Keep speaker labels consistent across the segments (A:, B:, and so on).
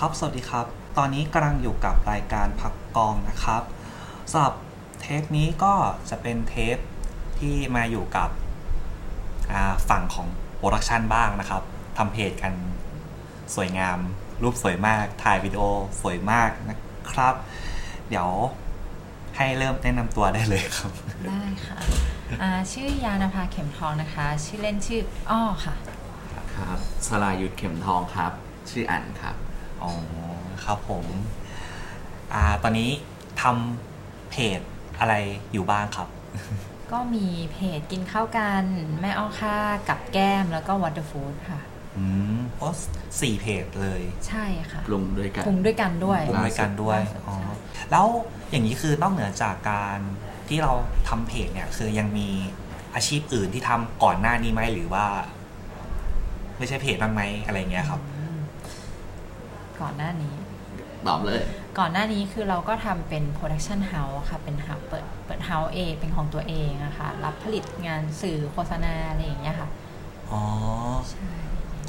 A: ครับ สวัสดีครับ ตอนนี้กำลังอยู่กับรายการพักกองนะครับสำหรับเทปนี้ก็จะเป็นเทปที่มาอยู่กับอ่าฝั่งของโปรดักชันบ้างนะครับทำเพจกันสวยงาม รูปสวยมาก ถ่ายวิดีโอสวยมากนะครับ เดี๋ยวให้เริ่มแนะนำตัวได้เลยครับ
B: ได้ค่ะอ่าชื่อยานภาเข็มทองนะคะ ชื่อเล่นชื่ออ้อค่ะ
C: ครับสลายุทธเข็มทองครับ ชื่ออันครับ
A: อ๋อครับผมอ่าตอนนี้ทำเพจอะไรอยู่บ้างครับ
B: ก็มีเพจกินข้าวกัน แม่อ้อค่ะกับแก้มแล้วก็ว o ต d e r f o o d ค่ะ
A: อืมโพสต์สี่เพจเลย
B: ใช่ค่ะ
C: กลุ่มด้วยกัน
B: ปรุงด้วยกันด้วย
A: รวมด้วยกันด้วย
B: ล่าสุด
A: อ๋อ
B: ใช่
A: แล้วอย่างนี้คือนอกเหนือจากการที่เราทำเพจเนี่ย คือยังมีอาชีพอื่นที่ทำก่อนหน้านี้ไหมหรือว่า ไม่ใช่เพจบ้างไหมอะไรเงี้ยครับ
B: อืมก่อนหน้านี้
C: ตอบเลย
B: ก่อนหน้านี้คือเราก็ทำเป็น production house ค่ะ เป็น house เปิดเปิด house เองเป็นของตัวเองอะค่ะ รับผลิตงานสื่อโฆษณาอะไรอย่างเงี้ยค่ะ
A: อ๋อ
B: ใช่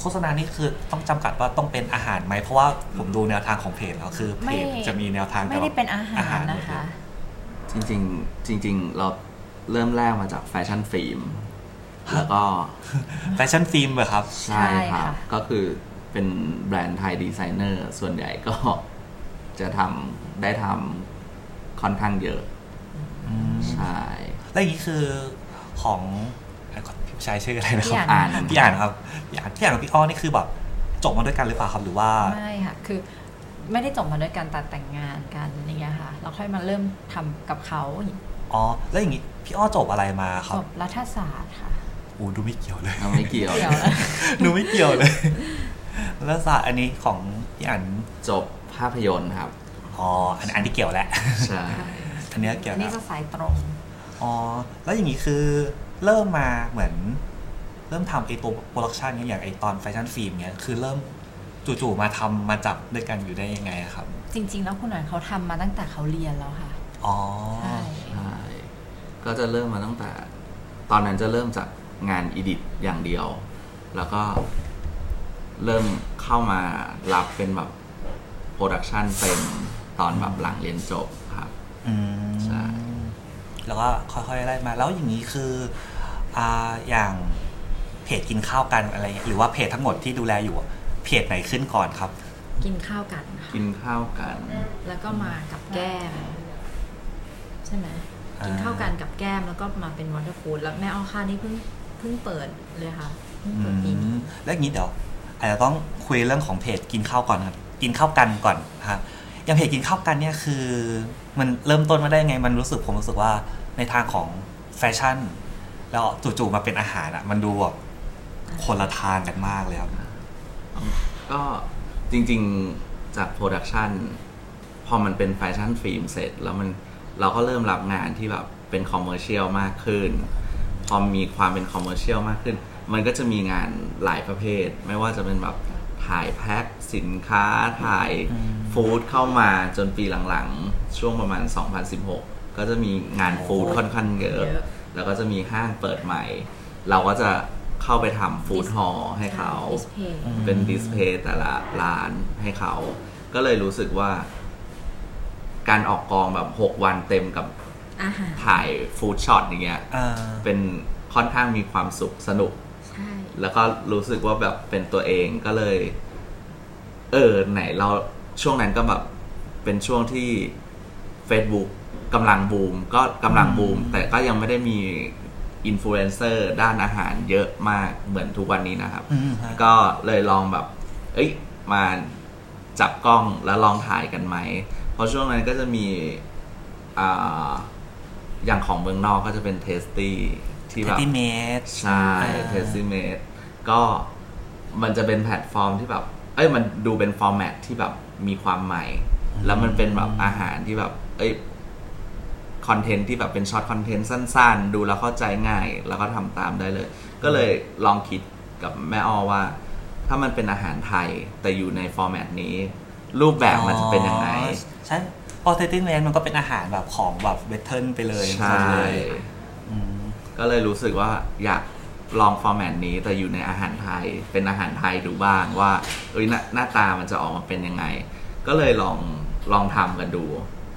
A: โฆษณานี่คือต้องจำกัดว่าต้องเป็นอาหารไหมเพราะว่าผมดูแนวทางของเพจแล้วคือเพจจะมีแนวทาง
B: ไม่ได้เป็นอาหา
A: ห
B: ร
A: มด
B: นะ
A: เลย
B: คะ
C: จริงๆ จริง ๆ เราเริ่มแรกมาจากแฟชั่นฟิล์ม แล้วก็
A: แฟชั่นฟิล์มเหรอครับ
B: ใช่ค่ะ
C: ก็คือเป็นแบรนด์ไทยดีไซเนอร์ ส่วนใหญ่ก็ จะทำได้ทำค่อนข้างเยอะ ใช่
A: แล้วอย่างนี้คือของเอ่อพี่ชายชื่ออะไรนะค
B: พี่
A: รับ
B: อ่าน
C: อ่าน
A: พี่อ่านครับ พี่อ่านพี่อ่านกับพี่อ้อนี่คือแบบจบมาด้วยกันหรือเปล่าครับหรือว่า
B: ไม่ค่ะ คือไม่ได้จบมาด้วยกันแต่แต่งงานกันอะไรอย่างเงี้ยค่ะ เราค่อยมาเริ่มทำกับเขา
A: อ๋อ แล้วอย่างนี้พี่อ้อจบอะไรมาครั
B: จ
A: บบ
B: รัฐศาสตร์ค่ะ
A: อู้ดูไม่เกี่ยวเลย
C: เรา ไม่เกี่ยว
B: เดี๋ยวนะ
A: ดูไม่เกี่ยวเลย แล้วศาสตร์อันนี้ของพี่อ่าน
C: จบภาพยนตร์ครับ
A: อ๋ออันอันที่เกี่ยวแหละ
C: ใช่
A: อันเนี้ยเกี่ยว
B: อันนี่
A: นะ
B: จะสายตรง
A: อ๋อ แล้วอย่างนี้คือเริ่มมาเหมือน เริ่มทำไอตัวโปรดักชันเนี้ยอย่างไอตอนแฟชั่นฟิล์มเนี้ยคือเริ่มจู่ๆมาทำมาจับด้วยกันอยู่ได้ยังไงอะครับ
B: จริง ๆ แล้วคุณหนานเขาทำมาตั้งแต่เขาเรียนแล้วค่ะ
A: อ๋อ
B: ใช่
C: ใช่ ก็จะเริ่มมาตั้งแต่ ตอนนั้นจะเริ่มจากงานอีดิทอย่างเดียว แล้วก็เริ่มเข้ามารับเป็นแบบโปรดักชันเป็นตอนแบบหลังเรียนจบครับ
A: อืม
C: ใช่
A: แล้วก็ค่อยๆไล่มาแล้วอย่างนี้คืออ่าอย่างเพจกินข้าวกันอะไรเงี้ยหรือว่าเพจทั้งหมดที่ดูแลอยู่อะเพจไหนขึ้นก่อนครับ
B: กินข้าวกันค่ะ
C: กินข้าวกัน
B: แล้วก็มากับแก้ม ใช่ไหม
A: อ่ากิ
B: กินข้าวกันกับแก้มแล้วก็มาเป็นวอเตอร์ฟูดแล้วแม่อ้อค่านี่เพิ่งเพิ่งเปิดเลยค่ะเพิ่งเปิดปีนี้
A: อืมแล้วอย่างนี้เดี๋ยวอาจจะต้องคุยเรื่องของเพจกินข้าวก่อนครับกินข้าวกันก่อนนะครับอย่างเพจกินข้าวกันเนี่ยคือ มันเริ่มต้นมาได้ยังไงมันรู้สึกผมรู้สึกว่าในทางของแฟชั่น แล้วจู่ๆมาเป็นอาหารอะมันดูแบบคนละทางกันมากเลยครับ
C: ก็จริงๆจากโปรดักชันพอมันเป็นแฟชั่นฟิล์มเสร็จ แล้วมันเราก็เริ่มรับงานที่แบบเป็นคอมเมอร์เชียลมากขึ้น พอมีความเป็นคอมเมอร์เชียลมากขึ้น มันก็จะมีงานหลายประเภท ไม่ว่าจะเป็นแบบถ่ายแพ็คสินค้าถ่าย
A: อืม
C: ฟู้ดเข้ามาจนปีหลังๆ ช่วงประมาณ 2016 ก็จะมีงานฟู้ดค่อนข้างเยอะ
B: เยอะ
C: แล้วก็จะมีห้างเปิดใหม่ เราก็จะเข้าไปทำฟู้ดฮอลให้เขา
B: ดิสเพย์
A: อืม
C: เป็นดิสเพย์แต่ละร้านให้เขา ก็เลยรู้สึกว่า การออกกองแบบ 6 วันเต็มกับ
B: อาหาร
C: ถ่ายฟู้ดช็อตอย่างเงี้ย
A: อ่า
C: เป็นค่อนข้างมีความสุขสนุก
B: ใช่
C: แล้วก็รู้สึกว่าแบบเป็นตัวเองก็เลย เออ ไหนเราช่วงนั้นก็แบบเป็นช่วงที่ Facebook กำลังบูม ก็กำลังบูม แต่ก็ยังไม่ได้มีอินฟลูเอนเซอร์ด้านอาหารเยอะมากเหมือนทุกวันนี้นะครับ
A: อืมฮะ
C: ก็เลยลองแบบ เอ้ย มาจับกล้องแล้วลองถ่ายกันไหม เพราะช่วงนั้นก็จะมีอ่าอย่างของเมืองนอกก็จะเป็นเทสตี้ที่แบบ
A: ที่เมส
C: ใช่
A: อ่า
C: เทส i ิเม e ก็มันจะเป็นแพลตฟอร์มที่แบบ เอ้ยมันดูเป็นฟอร์แมตที่แบบมีความใหม่ แล้วมันเป็นแบบอาหารที่แบบ เอ้ยคอนเทนต์ที่แบบเป็นช็อตคอนเทนต์สั้น ๆ ดูแล้วเข้าใจง่าย แล้วก็ทำตามได้เลย ก็เลยลองคิดกับแม่ออว่า ถ้ามันเป็นอาหารไทยแต่อยู่ในฟอร์แมตนี้ รูปแบบมันจะเป็นยังไง
A: ใช่พอเทตินเมสมันก็เป็นอาหารแบบของแบบเวทเทิร์นไปเลย
C: ใช่
A: หมดเลยอืม
C: ก็เลยรู้สึกว่าอยาก ลองฟอร์แมตนี้แต่อยู่ในอาหารไทยเป็นอาหารไทยดูบ้างว่าเอ้ยหน้าหน้าตามันจะออกมาเป็นยังไง ก็เลยลองลองทำกันดู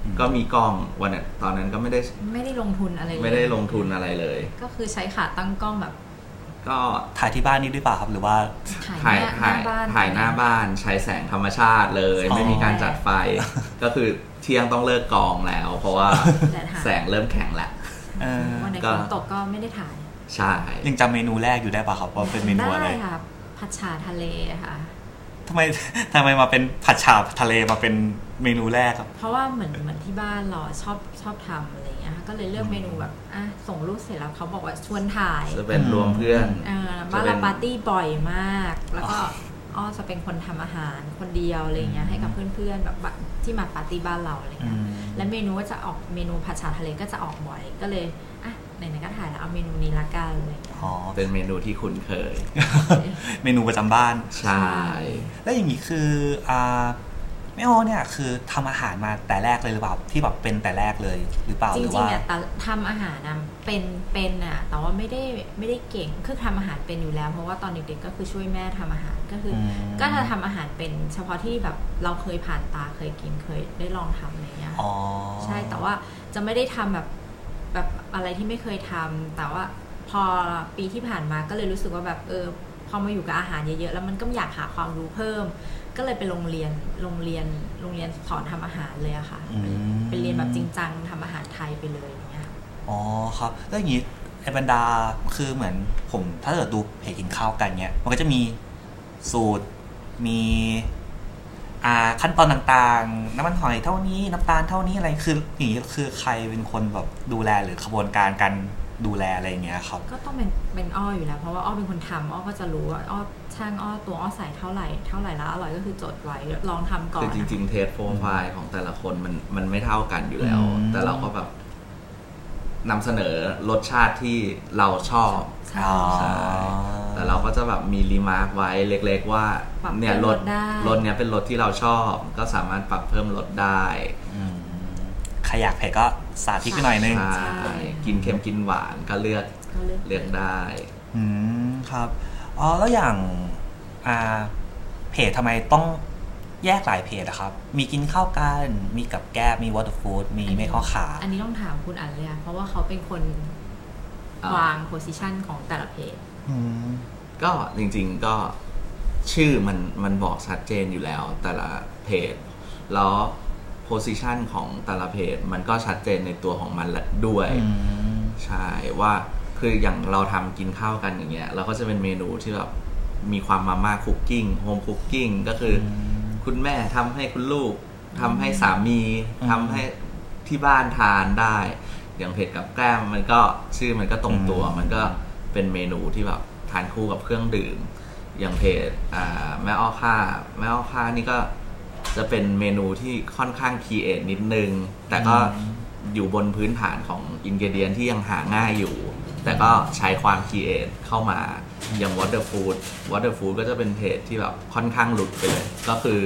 A: อืม
C: ก็มีกล้องวันนั้นตอนนั้นก็ไม่ได้
B: ไม่ได้ลงทุนอะไรเลย
C: ไม่ได้ลงทุนอะไรเลย
B: ก็คือใช้ขาตั้งกล้องแบบ
C: ก็
A: ถ่ายที่บ้านนี่ด้วยเปล่าครับ หรือว่า
B: ถ่าย
C: ถ่าย
B: หน้าหน้าย บ้าน
C: ถ่าถ่ายหน้าบ้านใช้แสงธรรมชาติเลย
A: อ๋อ
C: ไม่มีการจัดไฟ ก็คือเที่ยงต้องเลิกกองแล้ว เพราะว่า
B: แดดหาย
C: แสงเริ่มแข็งแล้ว
A: เออ
B: วันไหน
C: ก็
B: ฝนตกก็ไม่ได้ถ่าย
C: ใช่
A: ยังจำเมนูแรกอยู่ได้เปล่าครับว่าเป็นเมนูอะไร
B: ได้ค่ะผัดฉาทะเลค่ะ
A: ทำไม ทำไมมาเป็นผัดฉาทะเลมาเป็นเมนูแรกครับ
B: เพราะว่าเหมือนเหมือนที่บ้านเราชอบชอบทำอะไรอย่างเงี้ยค่ะก็เลยเลือกเมนูแบบอ่ะส่งรูปเสร็จแล้วเขาบอกว่าชวนถ่าย
C: จะเป็นรวมเพื่อน
B: เออบ้าน
C: จะเป็
B: เรา
C: น
B: ปาร์ตี้บ่อยมาก แล้วก็อ้อจะเป็นคนทำอาหารคนเดียวอะไรอย่างเงี้ยให้กับเพื่อนๆแบบแบบที่มาปาร์ตี้บ้านเราอะไรอย่างเงี้ย
A: อืม
B: และเมนูก็จะออกเมนูผัดฉาทะเลก็จะออกบ่อยก็เลยอ่ะไหนๆก็ถ่ายแล้วเอาเมนูนี้ละกันอะไรอย่างเงี้ย
A: อ๋อ
C: เป็นเมนูที่คุ้นเคย
A: เมนูประจำบ้าน
C: ใช่
A: แล้วอย่างนี้คืออ่าแม่อ้อเนี่ยคือทำอาหารมาแต่แรกเลยหรือเปล่าที่แบบเป็นแต่แรกเลยห รือเปล่า
B: จ
A: หรือ
B: ริง
A: ว่า
B: ๆอ่ะแต่ทำอาหารนะเป็นเป็นอ่ะแต่ว่าไม่ได้ไม่ได้เก่งคือทำอาหารเป็นอยู่แล้ว เพราะว่าตอนเด็กๆก็คือช่วยแม่ทำอาหารก็คืออ
A: ม
B: ก็จะทำอาหารเป็นเฉพาะที่แบบเราเคยผ่านตาเคยกินเคยได้ลองทำอะไรเงี้ย
A: อ๋อ
B: ใช่แต่ว่าจะไม่ได้ทำแบบแบบอะไรที่ไม่เคยทำแต่ว่าพอปีที่ผ่านมาก็เลยรู้สึกว่าแบบเออพอมาอยู่กับอาหารเยอะๆแล้วมันก็อยากหาความรู้เพิ่ม ก็เลยไปโรงเรียนโรงเรียนโรงเรียนสอนทำอาหารเลยอะค่ะ
A: อืม
B: เป็นเรียนแบบจริงจังทำอาหารไทยไปเลยอย่างเงี้ย
A: อ๋อครับแล้วอย่างนี้ไอ้บรรดาคือเหมือนผมถ้าเกิดดูเพจกินข้าวกันเนี่ยมันก็จะมีสูตรมีอ่าขั้นตอนต่างๆ น้ำมันหอยเท่านี้น้ำตาลเท่านี้อะไรคืออย่างนี้คือใครเป็นคนแบบดูแลหรือขบวนการการดูแลอะไรอย่างเงี้ยครับ
B: ก็ต้องเป็นเป็นอ้ออยู่แล้ว เพราะว่าอ้อเป็นคนทำอ้อก็จะรู้ว่าอ้อช่างอ้อตัวอ้อใส่เท่าไหร่เท่าไหร่แล้วอร่อยก็คือจดไว้ลองทำก่อ
C: คื
B: น
C: อจริง ๆ เทสโปรไฟล์ของแต่ละคนมันมันไม่เท่ากันอยู่แล้ว
A: อืม
C: แต่เราก็แบบนำเสนอรสชาติที่เราชอบ
B: ใช่
A: อ๋อ
C: ใช่ แต่เราก็จะแบบมีรีมาร์คไว้เล็ก ๆ ว่า
B: ปรับ
C: เนี่ย
B: ป
C: ร
B: รุ
C: ส
B: งได้
C: รสเนี้ยเป็นรสที่เราชอบ ก็สามารถปรับเพิ่มรสได้
A: อืมใครอยากเผ็ดก็สาธิตไปหน่อยนึง
C: ใช่กินเค็มกินหวานก็เลือก
B: ก็เลือก
C: เลือกได้
A: อืมครับ อ๋อ แล้วอย่างอ่าเพจทำไมต้องแยกหลายเพจอะครับ มีกินข้าวกัน มีกับแก้บมีวอเตอร์ฟู้ด มีไม่ข้อขา
B: อันนี้ต้องถามคุณอันเลยอะเพราะว่าเขาเป็นคน
C: อ่า
B: วางโพสิชันของแต่ละเพจ
A: อืม
C: ก็จริงๆก็ชื่อมันมันบอกชัดเจนอยู่แล้ว แต่ละเพจ แล้วโพสิชันของแต่ละเพจ มันก็ชัดเจนในตัวของมันละด้วย
A: อืม
C: ใช่ว่าคืออย่างเราทำกินข้าวกันอย่างเงี้ยเราก็จะเป็นเมนูที่แบบมีความมาม่าคุกกิ้งโฮมคุกกิ้งก็คืออคุณแม่ทำให้คุณลูกทำให้สามี
A: อืม
C: ทำให้ที่บ้านทานได้ อย่างเผ็ดกับแกล้มมันก็ชื่อมันก็ตรงตัว
A: อืม
C: มันก็เป็นเมนูที่แบบทานคู่กับเครื่องดื่ม อย่างเผ็ดอ่าแม่อ้อค่าแม่อ้อค่านี่ก็จะเป็นเมนูที่ค่อนข้างคีเอทนิดนึง แต่ก็ อยู่บนพื้นฐานของอินเกเดียนที่ยังหาง่ายอยู่ แต่ก็ใช้ความคีเอทเข้ามา อย่างวอเตอร์ฟูดวอเตอร์ฟูดก็จะเป็นเพจที่แบบค่อนข้างหลุดไปเลย ก็คือ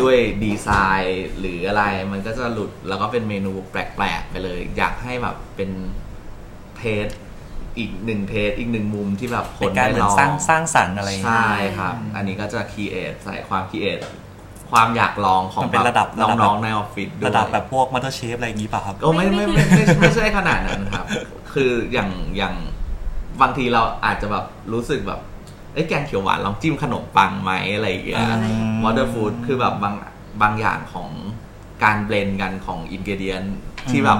C: ด้วยดีไซน์หรืออะไรมันก็จะหลุดแล้วก็เป็นเมนูแปลกๆไปเลย อยากให้แบบเป็นเพจอีกหนึ่งเพจอีกหนึ่งมุมที่แบบค
A: เป็น นการ
C: ได้
A: เหมือ
C: ล
A: น
C: อง
A: สร้างสร้างสรรค์อะไรอย่างเงี้ย
C: ใช่ครับ อันนี้ก็จะคีเอทใส่ความคีเอทความอยากลองของ
A: มันเป็นระดับ
C: น้
A: ระดับ
C: องๆในออฟฟิศด้วย
A: ระดับแบบพวกมัตเตอร์เชฟอะไรอย่างงี้ป่ะครับ
C: ก็ไม่
B: ไม่
C: ไม่
B: ไม่
C: ไม่
B: ถึง
C: ไม่ไม่ไม่ใช่ขนาดนั้นครับ คืออย่างอย่างบางทีเราอาจจะแบบรู้สึกแบบเอ้ยแกงเขียวหวานลองจิ้มขนมปังไหมอะไรอย่างเงี้ย
B: อะไร
C: วอเตอร์ฟู้ดคือแบบบางบางอย่างของการเบลนกันของอินเกเดียนที่แบบ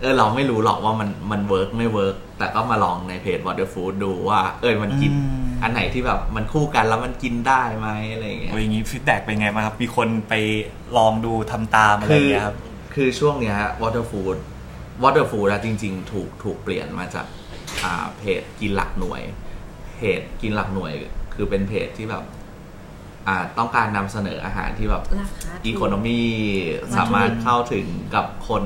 C: เออเราไม่รู้หรอกว่ามันมันเวิร์กไม่เวิร์กแต่ก็มาลองในเพจ Water Food ดูว่า เออมันกิน
A: อืม
C: อันไหนที่แบบมันคู่กันแล้วมันกินได้ไหมอะไรอย่างเงี้ย
A: อะไรอย่างงี้ฟีดแบ็กเป็นไงบ้างครับ มีคนไปลองดูทำตามอะไรอย่างเงี้ยครับ
C: คือช่วงเนี้ยวอเตอร์ฟูดวอเตอร์ฟูดจริง ๆ ถูกถูกเปลี่ยนมาจากอ่าเพจกินหลักหน่วย เพจกินหลักหน่วย คือเป็นเพจที่แบบอ่าต้องการนำเสนออาหารที่แบบ
B: ราคาถูก
C: อีโคโนมีสามารถเข้าถึงกับคน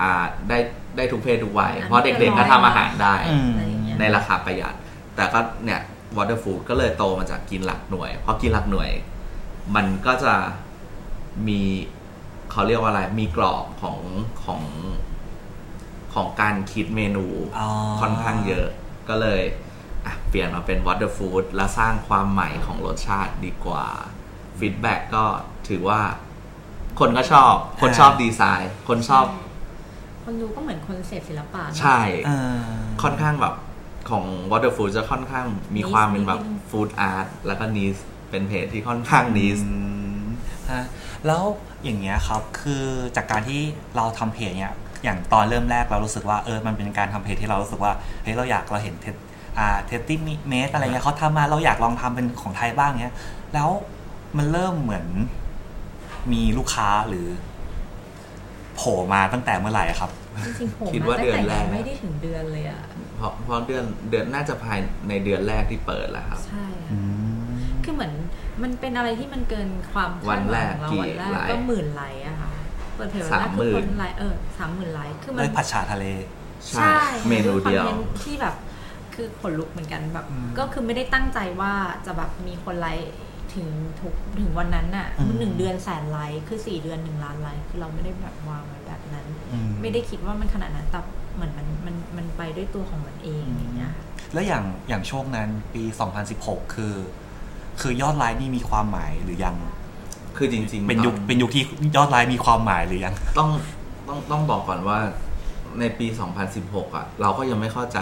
C: อ่าได้ได้ทุกเพศทุกวัย
B: อันนี้
C: เพราะเด็กๆก็ทำอาหารได้
A: อืม
B: ะไรอย่างเงี้ย
C: ในราคาประหยัด แต่ก็เนี่ยวอเตอร์ฟูดก็เลยโตมาจากกินหลักหน่วย เพราะกินหลักหน่วย มันก็จะมีเขาเรียกว่าอะไร มีกรอบของของของการคิดเมนู
A: อ๋อ
C: ค่อนข้างเยอะ ก็เลยอ่ะเปลี่ยนมาเป็น What the Food แล้วสร้างความใหม่ของรสชาติดีกว่าฟีดแบ็กก็ถือว่า คนก็ชอบ คนชอบดีไซน์ คนชอบ
B: คนดูก็เหมือนคนเสพศิลปะเนอะ
C: ใช่
A: เออ
C: ค่อนข้างแบบของ Water Food จะค่อนข้างมีความเป็นแบบ
B: นิดนึง
C: Food Art แล้วก็นิสเป็นเพจที่ค่อนข้างนิส
A: อืมฮะแล้วอย่างเงี้ยครับคือจากการที่เราทำเพจเนี่ยอย่างตอนเริ่มแรกเรารู้สึกว่าเออมันเป็นการทำเพจที่เรารู้สึกว่าเฮ้ยเราอยากเราเห็นเทสอ่าเทสติ้งเมสอะไรเงี้ยเขาทำมาเราอยากลองทำเป็นของไทยบ้างเงี้ยแล้วมันเริ่มเหมือนมีลูกค้าหรือ โผล่มาตั้งแต่เมื่อไหร่ครับ
B: จริงๆผม
C: คิด
B: มา
C: ว่า
B: ตั้
C: เดื
B: ง
C: อน
B: แต่
C: แร
B: ยั
C: ก
B: งไม่ได้ถึงเดือนเลยอ่ะ
C: เพราะเพราะเดือนเดือนน่าจะภายในเดือนแรกที่เปิดแล้วครับ
B: ใช่
A: อื
B: ค่ะ
A: ม
B: คือเหมือนมันมันเป็นอะไรที่มันเกินความคาดหวังของเรา
C: วั
B: วัน นแร
C: แรก
B: ก
C: กี่ไลค์
B: ก็หมื่นไลค์อะค่ะ เปิดเผยวันแรก
C: สามหมื่
B: คือน คนไลค์เออสามหมื่นไลค์คือมั
A: ได้
B: น
A: ผัดฉาทะเล
C: ใช่เมนูเดียว
B: ป็นคอนทนต์ที่แบบคือขนลุกเหมือนกันแบบ
A: อืม
B: ก็คือไม่ได้ตั้งใจว่าจะแบบมีคนไลค์ถึงทุกถึงวันนั้นน่ะ
A: อืม
B: หนึ่งเดือนแสนไลค์คือสี่เดือนหนึ่งล้านไลค์คือเราไม่ได้แบบวางไว้แบบนั้น
A: อื
B: ไม่ได้คิดว่ามันขนาดนั้นแต่เหมือนมันมันมันไปด้วยตัวของมันเองอย่างเงี้ยค่ะ
A: แล้วอย่างอย่างช่วงนั้นปี 2016 คือ คือยอดไลน์นี่มีความหมายหรือยัง
C: คือจริงๆ
A: เป็นยุค
C: ต้อง
A: เป็นยุคที่ยอดไลน์มีความหมายหรือยัง
C: ต้องต้องต้องบอกก่อนว่าในปี 2016 อ่ะ เราก็ยังไม่เข้าใจ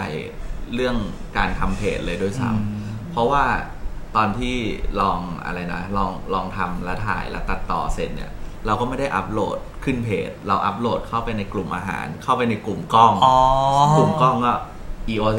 C: เรื่องการทำเพจเลยด้วยซ้
A: อืม
C: ำเพราะว่าตอนที่ลองอะไรนะ ลองลองทำและถ่ายและตัดต่อเสร็จเนี่ย เราก็ไม่ได้อัปโหลดขึ้นเพจ เราอัปโหลดเข้าไปในกลุ่มอาหาร เข้าไปในกลุ่มกล้อง
A: อ๋อ
C: กลุ่มกล้องก็ EOSM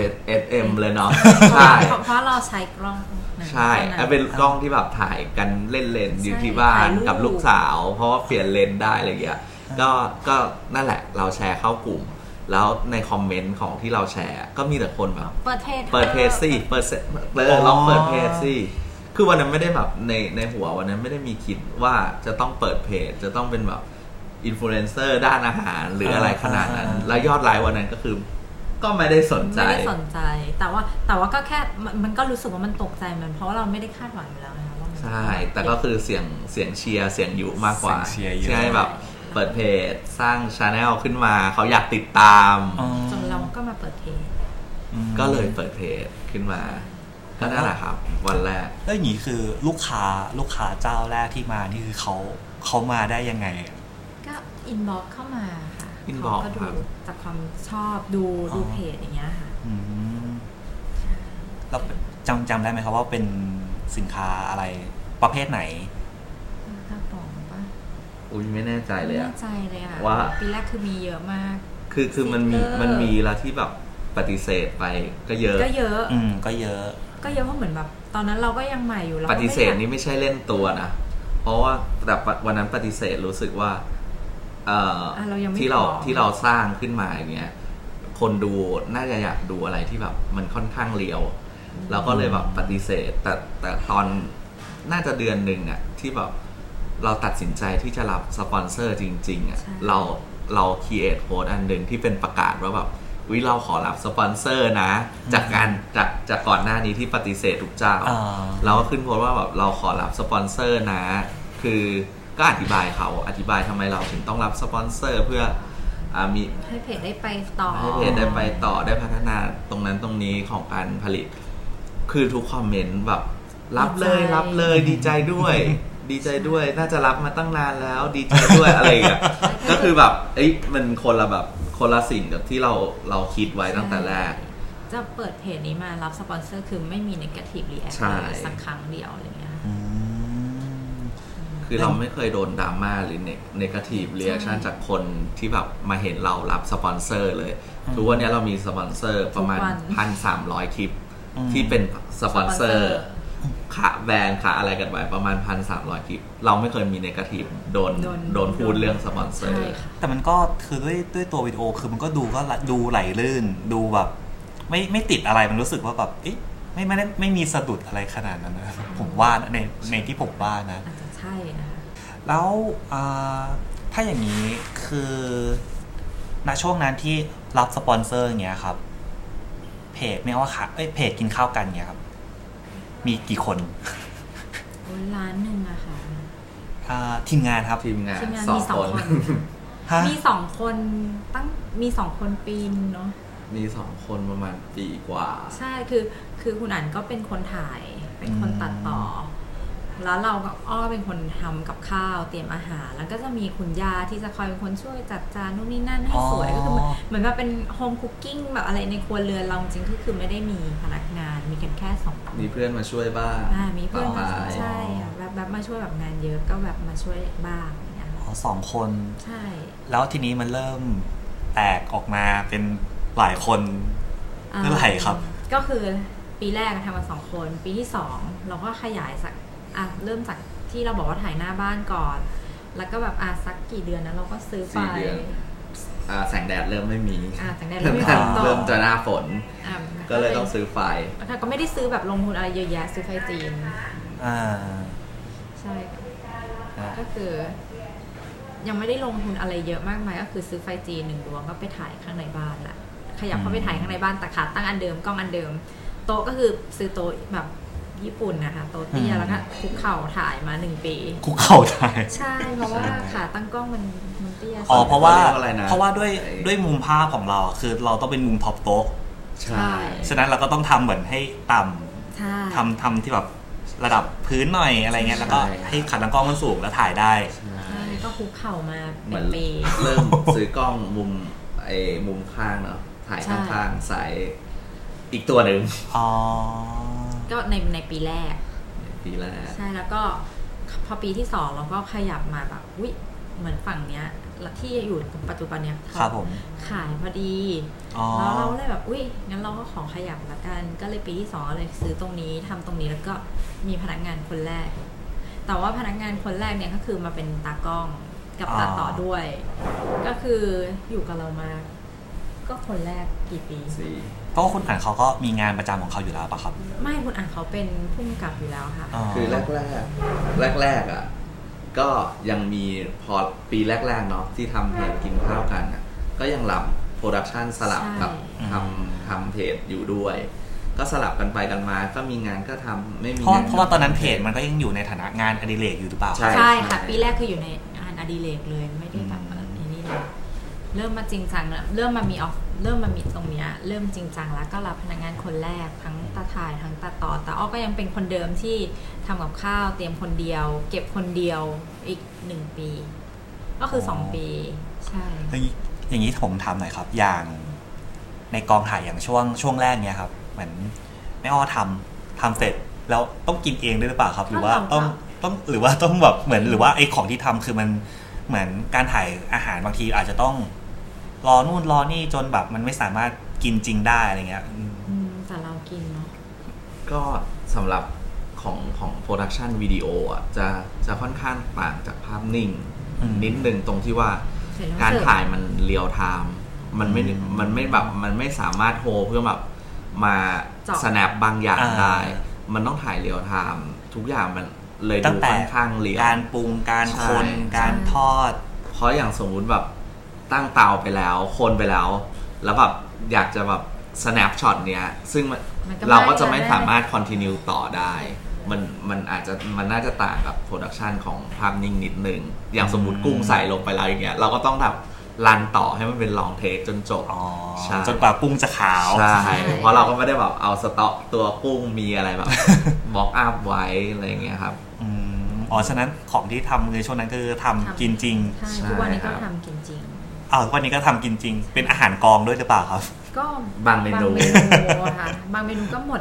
C: เลยเนาะ ใช่
B: เพราะเพราะเราใช้กล้องหนัง
C: ใช่
B: เท่านั้น
C: แล้วเป็นกล้องที่แบบถ่ายกันเล่นเลนๆอยู่
B: ใช่
C: ที่บ้าน
B: ถ่ายรูป
C: กับลูกสาว เพราะว่าเปลี่ยนเลนส์ได้อะไรอย่างเงี้ย ก็ ก็นั่นแหละ เราแชร์เข้ากลุ่ม แล้วในคอมเมนต์ของที่เราแชร์ ก็มีแต่คนแบบ
B: เปิดเทศ
C: เปิดเพจสิเปิดเสร็จเออลองเปิดเพจสิคือวันนั้นไม่ได้แบบในในหัววันนั้นไม่ได้มีคิดว่าจะต้องเปิดเพจ จะต้องเป็นแบบอินฟลูเอนเซอร์ด้านอาหารหรืออะไรขนาดนั้น
A: อ่า
C: แล้วยอดไลน์วันนั้นก็คือ ก็ไม่ได้สนใจ
B: ไม่ได้สนใจ แต่ว่าแต่ว่าก็แค่มันมันก็รู้สึกว่ามันตกใจมัน เพราะว่าเราไม่ได้คาดหวังอยู่แล้วนะคะว่ามัน
C: ใช่ แต่ก็คือเสียงเสียงเชียร์เสียงยุมากกว่า
A: เสียงเชียร์เยอะ
C: ใช่แบบเปิดเพจสร้างชาแนลขึ้นมา เขาอยากติดตาม
A: อ๋อ
B: จนเราก็มาเปิดเทป
A: อืม
C: ก็เลยเปิดเพจขึ้นมา ก็นั่นแหละครับ วันแรก
A: แล้วอย่างนี้คือลูกค้าลูกค้าเจ้าแรกที่มานี่คือเขาเขามาได้ยังไง
B: ก็อินบ็อกเข้ามาค่ะ
C: inbox
B: เขาก็
C: ครั
B: ดู
C: บ
B: จากความชอบดู
A: อ๋อ
B: ดูเพจอย่างเงี้ยค่ะ
A: อืมแล้วจำจำได้ไหมครับว่าเป็นสินค้าอะไรประเภทไหน
B: กระป๋องปะ
C: อุ้ยไม่แน่ใจเลย
B: ไม่
C: อะ
B: แน่ใจเลยอ่ะ
C: ว่า
B: ปีแรกคือมีเยอะมาก
C: คือคือมันมี
B: Sticker
C: มันมีแล้วที่แบบปฏิเสธไปก็เยอะ
B: ก็เยอะ
A: อืม ก็เยอะ
B: ก็เยอะเพราะเหมือนแบบ ตอนนั้นเราก็ยังใหม่อยู่เรา
C: ป
B: ก็ไม่
C: ฏิเสธ
B: อยาก
C: นี่ไม่ใช่เล่นตัวนะ เพราะว่าแต่วันนั้นปฏิเสธรู้สึกว่า เอ่อ
B: อ่ะเรายังไม่
C: ที่เรา
B: พร้อม
C: ที่เราสร้างขึ้นมาอย่างเงี้ย คนดูน่าจะอยากดูอะไรที่แบบมันค่อนข้างเลียว เราก็เลยแบบปฏิเสธ แต่แต่ตอนน่าจะเดือนหนึ่งอะที่แบบเราตัดสินใจที่จะรับสปอนเซอร์จริงๆอะ
B: ใช่
C: เราเราคีเอทโพสอันหนึ่งที่เป็นประกาศว่าแบบวิเราขอรับสปอนเซอร์นะ จากงานจากจากก่อนหน้านี้ที่ปฏิเสธทุกเจ้า
A: อ่า
C: เราก็ขึ้นโพสต์ว่าแบบเราขอรับสปอนเซอร์นะ คือก็อธิบายเขาอธิบายทำไมเราถึงต้องรับสปอนเซอร์เพื่ออามี
B: ให้เพจได้ไปต่อ
C: ให้เพจได้ไปต่อได้พัฒนาตรงนั้นตรงนี้ของการผลิต คือทุกคอมเมนต์แบบ รับเลย
B: ดีใจ
C: รับเลยดีใจด้วย ดีใจด้วยน่าจะรับมาตั้งนานแล้ว ดีใจด้วยอะไรอย่างเงี้ยก็คือแบบเอ้ยมันคนละแบบคนละสิ่งกับที่เราเราคิดไว้ตั้งแต่แรก
B: จะเปิดเพจนี้มารับสปอนเซอร์คือไม่มี negative react
C: ใช่
B: เลยสักครั้งเดียวอะไรเงี้ยค่ะ
A: อืม
C: คือเราไม่เคยโดนดราม่าหรือเนกาทีฟเรียชั่น
B: ใช่
C: จากคนที่แบบมาเห็นเรารับสปอนเซอร์เลย
A: อืม
C: ทุกวันนี้เรามีสปอนเซอร์ประมาณ
B: ทุกวั
C: พันสามร้อยคลิป
A: อืม
C: ที่เป็นสปอนเซอ
B: สปอนเซอร์
C: ร์ขาแบรนด์ขาอะไรกันไว้ประมาณพันสามร้อยคลิป เราไม่เคยมีเนกาทีฟโดนโดนพูดเรื่องสปอนเซอ
B: ใช่
C: ร์
B: ค่ะ
A: แต่มันก็คือด้วยด้วยตัววิดีโอคือมันก็ดูก็ละดูไหลลื่น ดูแบบ ไม่ไม่ติดอะไรมันรู้สึกว่าแบบเอ๊ะไม่ไม่ได้ไม่มีสะดุดอะไรขนาดนั้นนะ ผมว่านะในในที่ผมว่านะ
B: อาจจะใช่นะคะ
A: แล้วอ่าถ้าอย่างนี้คือณช่วงนั้นที่รับสปอนเซอร์อย่างเงี้ยครับ เพจไม่ว่าค่ะเอ้ยเพจกินข้าวกันเงี้ยครับ มีกี่คน
B: โอ้ยร้านหนึ่งอะค่ะ
A: อ่าทีมงานครับ
C: ทีมงาน
B: ทีมงาน
C: สอง
B: มีสอง
C: คน
B: คน
A: ฮะ
B: มีสองคนตั้งมีสองคนปีนเนาะ
C: มีสองคนประมาณปีกว่า
B: ใช่คือคือคุณอั๋นก็เป็นคนถ่ายเป็นคนตัดต่อ แล้วเราก็อ้อเป็นคนทำกับข้าวเตรียมอาหาร แล้วก็จะมีคุณย่าที่จะคอยเป็นคนช่วยจัดจานนู่นนี่นั่นให้สวย
A: อ๋อ
B: ก็คือเหมือนเหมือนว่าเป็นโฮมคุกกิ้งแบบอะไรในครัวเรือนเราจริงๆก็คือไม่ได้มีพนักงานมีกันแค่สองคน
C: มีเพื่อนมาช่วยบ้าง
B: อ่ามีเพื่อนมา
C: ประณ
B: ใช่ค่ะแบบแบบมาช่วยแบบงานเยอะก็แบบมาช่วยบ้างอย่างเงี้ยค่ะ
A: อ๋อสองคน
B: ใช่
A: แล้วทีนี้มันเริ่มแตกออกมาเป็นหลายคน
B: อ่า
A: เท่าไหร่ครับ
B: ก็คือปีแรกทำมาสองคน ปีที่สองเราก็ขยายสักอ่ะเริ่มจากที่เราบอกว่าถ่ายหน้าบ้านก่อน แล้วก็แบบอ่ะสักกี่เดือนนะเราก็ซื้อไป
C: สี่เดือนอ่าแสงแดดเริ่มไม่มี
B: อ่าแสงแดดเริ่มไม่มี
C: ริ่
B: ต่อ
C: เริ่มจะหน้าฝน
B: อ่ะ
C: ก็เลยต้องซื้อไฟ
B: ค่ะก็ไม่ได้ซื้อแบบลงทุนอะไรเยอะแยะซื้อไฟจีน
A: อ่า
B: ใช่ค่ะ
A: อ่า
B: ก็คือ ยังไม่ได้ลงทุนอะไรเยอะมากมายก็คือซื้อไฟจีนหนึ่งดวงก็ไปถ่ายข้างในบ้านละขยับเข้าไปถ่ายข้างในบ้านแต่ขาตั้งอันเดิมกล้องอันเดิม โต๊ะก็คือซื้อโต๊ะแบบญี่ปุ่นนะคะโต๊ะเตี้ยแล้วก็คุกเข่าถ่ายมาหนึ่งปี
A: คุกเข่าทาย
B: ใช่ เพราะว่าขาตั้งกล้องมันมันเตี้ย
A: อ๋อเพราะว่า
C: เขาเรียกว่าอะไรนะ
A: เพราะว่าด้วย
C: ไอ้
A: ด้วยมุมภาพของเราอะคือเราต้องเป็นมุมท็อปโต๊ะ
C: ใช่
A: ฉะนั้นเราก็ต้องทำเหมือนให้ต่ำ
B: ใช่
A: ทำทำที่แบบระดับพื้นหน่อยอะไรเงี้ยแล้วก็ให้ขันลังกล้องมันสูงแล้วถ่ายได้
B: ใช่ ก็คุกเข่ามา
C: เห
B: เป็
C: มือน น
B: ปี
C: เริ่มซื้อกล้องมุมไอ้มุมข้างเนาะถ่ายข้างๆใส่อีกตัวหนึ่ง
A: อ๋อ
B: ก็ในในปีแรก
C: ปีแรก
B: ใช่แล้วก็พอปีที่สองเราก็ขยับมาแบบอุ้ยเหมือนฝั่งเนี้ยแล้วที่อยู่ปัจจุบันเนี้ย
A: ครับผม
B: ขายพอดี
A: อ๋อ
B: แล้วเราเลยแบบอุ้ยงั้นเราก็ขอขยับละกัน ก็เลยปีที่สองเลยซื้อตรงนี้ทำตรงนี้แล้วก็มีพนักงานคนแรก แต่ว่าพนักงานคนแรกเนี่ยก็คือมาเป็นตากล้องกับ
A: อ๋อ
B: ตัดต่อด้วย ก็คืออยู่กับเรามาก็คนแรกกี่ปี
C: สี่
A: เพราะว่าคุณอ่านเขาก็มีงานประจำของเขาอยู่แล้วปะครับ
B: ไม่คุณอ่านเขาเป็นผู้กำกับอยู่แล้วค่ะ
C: คือแรกแรกแรกแรกๆอ่ะก็ยังมีพอปีแรกๆเนาะที่ทำเพจกินข้าวกันอะก็ยังรับโปรดักชันสลับกับ
A: ใช่
C: ทำทำเพจอยู่ด้วย ก็สลับกันไปกันมา ก็มีงานก็ทำไม่มี
A: เพราะ
C: งาน
A: เพราะว่าตอนนั้นเพจมันก็ยังอยู่ในฐานะงานอดิเรกอยู่หรือเปล่า
C: ใช่
B: ใช่ค่ะ ปีแรกคืออยู่ในงานอดิเรกเลยไม่ได้แบบ
A: อืม
B: อันนี้เลยเริ่มมาจริงจังแล้วเริ่มมามีออฟเริ่มมามีตรงเนี้ยเริ่มจริงจังแล้วก็รับพนักงานคนแรกทั้งตาถ่ายทั้งตาต่อแต่อ้อก็ยังเป็นคนเดิมที่ทำกับข้าวเตรียมคนเดียว เก็บคนเดียวอีกหนึ่งปี ก็คือสองปี ใช่
A: อย่างนี้อย่างนี้ผมถามหน่อยครับ อย่างในกองถ่ายอย่างช่วงช่วงแรกเนี้ยครับ เหมือนแม่อ้อทำทำเสร็จแล้วต้องกินเองด้วยหรือเปล่าครับ หรือว่า
B: ต้
A: ต้อ
B: อง ง
A: ต้องหรือว่า ต้องแบบเหมือนหรือว่าไอ้ของที่ทำคือมันเหมือนการถ่ายอาหารบางทีอาจจะต้อง รอนู่นรอนี่จนแบบมันไม่สามารถกินจริงได้อะไรเงี้ยอืม
B: อืมแต่เรากินเนาะ
C: ก็สำหรับของของโปรดักชันวิดีโออ่ะจะจะค่อนข้างต่างจากภาพนิ่ง นิดนึงตรงที่ว่า
B: เสร็จแล้ว
C: การ
B: เสิร์ฟ
C: ถ่ายมันเรียลไทม์มันไม่ มันไม่แบบมันไม่สามารถโทรเพื่อแบบมาสแนปบางอย่างได้ มันต้องถ่ายเรียลไทม์ทุกอย่างมันเลย
A: ตั้
C: ดู
A: งแต่
C: ค่อนข้างเรียล
A: การปรุงการ
C: ใช่
A: คนการทอด
C: เพราะอย่างสมมุติแบบตั้งเตาไปแล้ว คนไปแล้ว แล้วแบบอยากจะแบบ snap shot เนี้ย ซึ่งมัน
B: มัน
C: เราก็จะไม่
B: ด้
C: สามารถ continue ต่อได้ มันมันอาจจะมันน่าจะต่างกับโปรดักชันของภาพนิ่งนิดนึง อย่างสมมติ
A: อืม
C: กุ้งใส่ลงไปแล้วอย่างเงี้ย เราก็ต้องแบบรันต่อให้มันเป็นลองเทคจนจบ
A: อ๋อ
C: ใช่
A: จนกว่าปรุงจะขาว
C: ใช่ เพราะเราก็ไม่ได้แบบเอาสต็อกตัวกุ้งมีอะไรแบบ บอกอัพไว้อะไรอย่างเงี้ยครับ
A: อืมอ๋อ ฉะนั้นของที่ทำในช่วงนั้นคือทำกินจริง
B: ใช่
C: ใช่
B: ทุกวันนี้
C: ครั
B: ก็
C: บ
B: ทำกินจริง
A: อ้าววันนี้ก็ทำกินจริง เป็นอาหารกองด้วยหรือเปล่าครับ
B: ก็
C: บางเมนู
B: บอะค่ะ บางเมนูก็หมด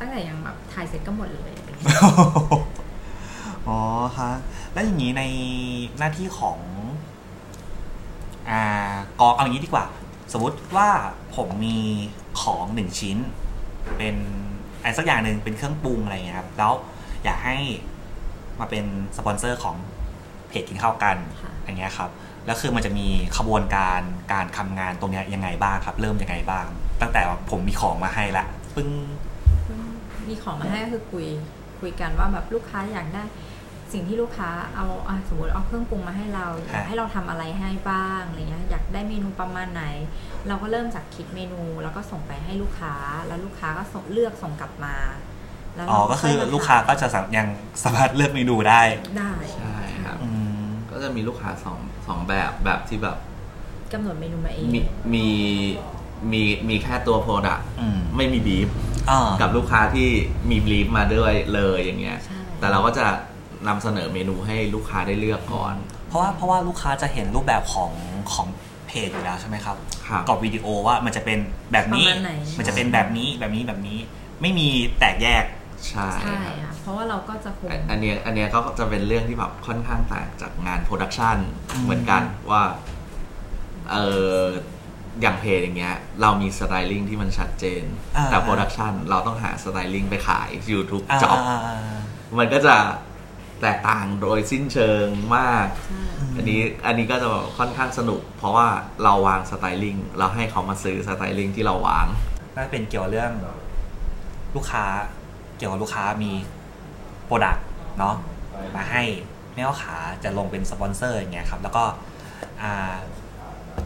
B: ตั้งแต่ยังแบบถ่ายเสร็จก็หมดเลย
A: อ๋อฮะแล้วอย่างนี้ในหน้าที่ของ อ่ากองเอาอย่างนี้ดีกว่า สมมติว่าผมมีของหนึ่งชิ้น เป็นอะไรสักอย่างหนึ่งเป็นเครื่องปรุงอะไรอย่างเงี้ยครับ แล้วอยากให้มาเป็นสปอนเซอร์ของเพจกินข้าวกัน
B: ค่ะ
A: อย่างเงี้ยครับแล้วคือมันจะมีขบวนการการทำงานตรงเนี้ยยังไงบ้างครับ เริ่มยังไงบ้าง ตั้งแต่ว่าผมมีของมาให้ละปึ้ง
B: มีของมาให้ก็คือคุยคุยกันว่าแบบลูกค้าอยากได้ สิ่งที่ลูกค้าเอาอ่ะสมมติเอาเครื่องปรุงมาให้เราอยากให้เราทำอะไรให้บ้างอะไรเงี้ยอยากได้เมนูประมาณไหน เราก็เริ่มจากคิดเมนูแล้วก็ส่งไปให้ลูกค้าแล้วลูกค้าก็ส่งเลือกส่งกลับมา แล้ว
A: อ๋อ
B: เรา
A: ก็คือ
B: อยม
A: ลูกค้าก็จะสามยังสามารถเลือกเมนูได้
B: ได้
C: ใช่ครับ
A: อืม
C: ก็จะมีลูกค้าสองสองแบบแบบที่แบบ
B: กำหนดเมนูมาเอง
C: มีมี มีมีแค่ตัวโปรดัก
A: อืม
C: ไม่มีบีฟ
A: อ่า
C: กับลูกค้าที่มีบีฟมาด้วยเลยอย่างเงี้ย
B: ใช่
C: แต่เราก็จะนำเสนอเมนูให้ลูกค้าได้เลือกก่อน
A: เพราะว่าเพราะว่าลูกค้าจะเห็นรูปแบบของของเพจอยู่แล้วใช่ไหมครับ
C: ครับ
A: กรอบวิดีโอว่ามันจะเป็นแบบนี้
B: ประมาณไหน
A: มันจะเป็นแบบนี้แบบนี้แบบนี้ ไม่มีแตกแยก
C: ใช่
B: ใช่
C: ครับ
B: ค่ะเพราะว่าเราก็จะคง
C: อันอันเนี้ยอันเนี้ยก็จะเป็นเรื่องที่แบบค่อนข้างต่างจากงานโปรดักชัน
A: อืม
C: เหมือนกันว่าเอออย่างเพจอย่างเงี้ย เรามีสไตลิ่งที่มันชัดเจน แต่โปรดักชันเราต้องหาสไตลิ่งไปขายอยู่ทุก
A: อ่า
C: จ็อบ
A: อ่าอ่า
C: มันก็จะแตกต่างโดยสิ้นเชิงมาก
B: ใช่
A: อืม
C: อันนี้อันนี้ก็จะแบบค่อนข้างสนุก เพราะว่าเราวางสไตลิ่งเราให้เขามาซื้อสไตลิ่งที่เราวาง
A: น่าจะเป็นเกี่ยวเรื่องลูกค้าเกี่ยวกับลูกค้ามีโปรดักต์เนาะมาให้แม่ค้าขาจะลงเป็นสปอนเซอร์อย่างเงี้ยครับ แล้วก็อ่า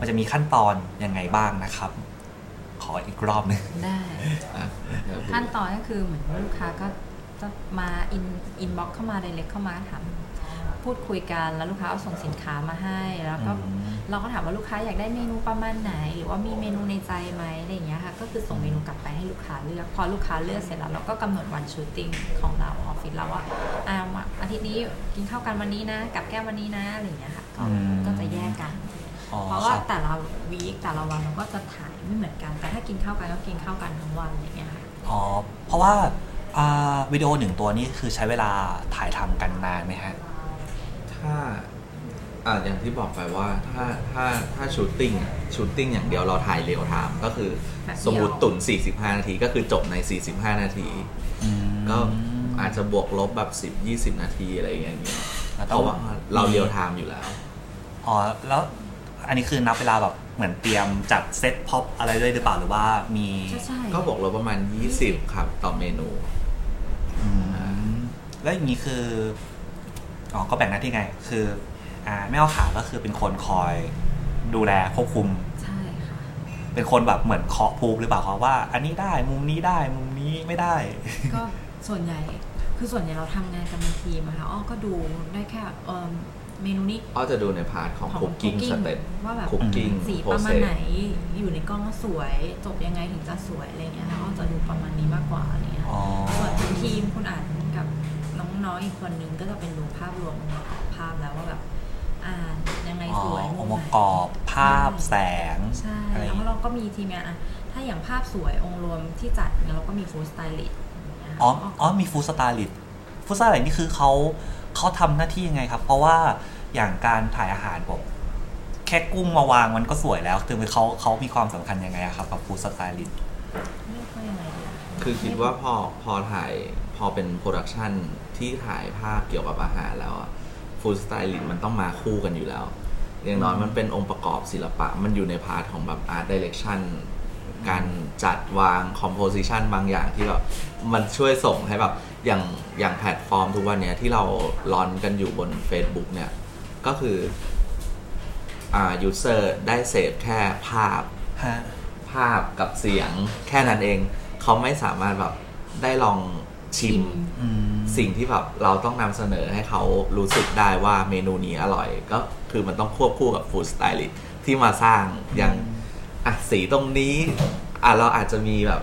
A: มันจะมีขั้นตอนยังไงบ้างนะครับ ขออีกรอบหนึง
B: ได้ ขั้นตอนก็คือเหมือนลูกค้าก็จะมาอินอินบ็อกเข้ามาเล็กเข้ามาถามพูดคุยกันแล้วลูกค้าเอาส่งสินค้ามาให้ แล้วก็
A: อืม
B: เราก็ถามว่าลูกค้าอยากได้เมนูประมาณไหน หรือว่ามีเมนูในใจไหมอะไรอย่างเงี้ยค่ะก็คือส่งเมนูกลับไปให้ลูกค้าเลือกพอลูกค้าเลือกเสร็จแล้วเราก็กำหนดวันชูตติ้งของเราออฟฟิศเราว่าอ่าอาทิตย์นี้กินข้าวกันวันนี้นะกับแก้มวันนี้นะอะไรอย่างเงี้ยค่ะก็
A: อืม
B: ก็จะแยกกัน
A: อ๋อ
B: เพราะ
A: ค
B: ว่า
A: รับ
B: แต่ละวีคแต่ละวันเราก็จะถ่ายไม่เหมือนกัน แต่ถ้ากินข้าวกันก็กินข้าวกันทั้งวันอย่างเงี้ยค่ะ
A: อ๋อเพราะว่าอ่าวิดีโอหนึ่งตัวนี้คือใช้เวลาถ่ายทำกันนานไหมฮะ
C: ถ้าอ่าอย่างที่บอกไปว่าถ้าถ้าถ้าชูตติ้งอะชูตติ้งอย่างเดียวเราถ่ายเร็วไทม์ก็คือ
B: แบบเดียว
C: สมมติตุ่น 45 นาทีก็คือจบใน 45 นาที
A: อืม
C: ก็อาจจะบวกลบแบบ 10 20 นาทีอะไรอย่างเงี้ย
A: แล้วต้
C: เพ
A: อง
C: ราะว่าเราเรียวไทม์อยู่แล้ว
A: อ๋อแล้วอันนี้คือนับเวลาแบบเหมือนเตรียมจัดเซตพ็อปอะไรด้วยหรือเปล่าหรือว่ามี
B: ใช่ใช่
C: ก็บวกลบประมาณ 20 ครับ ต่อเมนู
A: อืมแล้วอย่างนี้คืออ๋อก็แบ่งหน้าที่ไง คืออ่าแม่เอาขาก็คือเป็นคนคอยดูแลควบคุม
B: ใช่ค่ะ
A: เป็นคนแบบเหมือนเคาะภูมิหรือเปล่าครับว่า อันนี้ได้มุมนี้ได้มุมนี้ไม่ได้
B: ก็ส่วนใหญ่ คือส่วนใหญ่เราทำงานกันเป็นทีมอะค่ะอ้อก็ดูได้แค่เอิ่มเมนูนี้
C: ก็จะดูในพาร์ทของ
B: ของ
C: คุกกิ้ง
B: cooking
C: สเต็ป
B: ว่าแบบ
C: คุกกิ้ง
B: สี
C: โป
B: ป
C: ร
B: ระ
C: เซ
B: มาณ
C: ส
B: ไหน อยู่ในกล้องแล้วสวย จบยังไงถึงจะสวยอะไรเงี้ยค่ะอ้อจะดูประมาณนี้มากกว่าอะไรเงี้ย
A: อ๋อ
B: ส่วนทีมคุณอ่านกับน้องน้อยอีกคนนึงก็จะเป็นดูภาพรวมของภาพแล้วว่าแบบอ่านยังไง
A: อ๋อ
B: สวยมุ
A: อง
B: ม
A: ค์ป
B: ไหน
A: ระกอบภาพแสง
B: ใช่
A: อะไรอ
B: แล้
A: ย่าว ง
B: ก็
A: งี้
B: เราก็มีทีมงานอะถ้าอย่างภาพสวยองค์รวมที่จัดเนี่ยเราก็มีฟู้ดสไตลิสต์อย่างเงี้ย
A: อ๋ออ๋อมีฟู้ดสไตลิสต์ฟู้ดสไตลิสต์นี่คือเขาเขาทำหน้าที่ยังไงครับ เพราะว่าอย่างการถ่ายอาหารผมแค่กุ้งมาวางมันก็สวยแล้วคือเขาเขามีความสำคัญยังไงอะครับกับฟู้ดสไตลิสต์
B: ไม่ค่อยยังไงดีะ
C: คือคิดว่าพอพอถ่ายพอเป็นโปรดักชันที่ถ่ายภาพเกี่ยวกับอาหารแล้วฟูดสไตลิ่มันต้องมาคู่กันอยู่แล้ว อย่างน้อยมันเป็นองค์ประกอบศิลปะ มันอยู่ในพาร์ทของแบบอาร์ตดิเรกชันการจัดวางคอมโพสิชันบางอย่างที่แบบมันช่วยส่งให้แบบอย่างอย่างแพลตฟอร์มทุกวันเนี้ยที่เราลอนกันอยู่บน Facebook เนี่ย ก็คืออ่ายูเซอร์ได้เสพแค่ภาพ
A: ฮะ
C: ภาพกับเสียงแค่นั้นเอง เขาไม่สามารถแบบได้ลองชิม
A: อืม
C: สิ่งที่แบบเราต้องนำเสนอให้เขารู้สึกได้ว่าเมนูนี้อร่อย ก็คือมันต้องควบคู่กับฟู้ดสไตลิสต์ที่มาสร้างอย่างอ่ะสีตรงนี้อ่ะเราอาจจะมีแบบ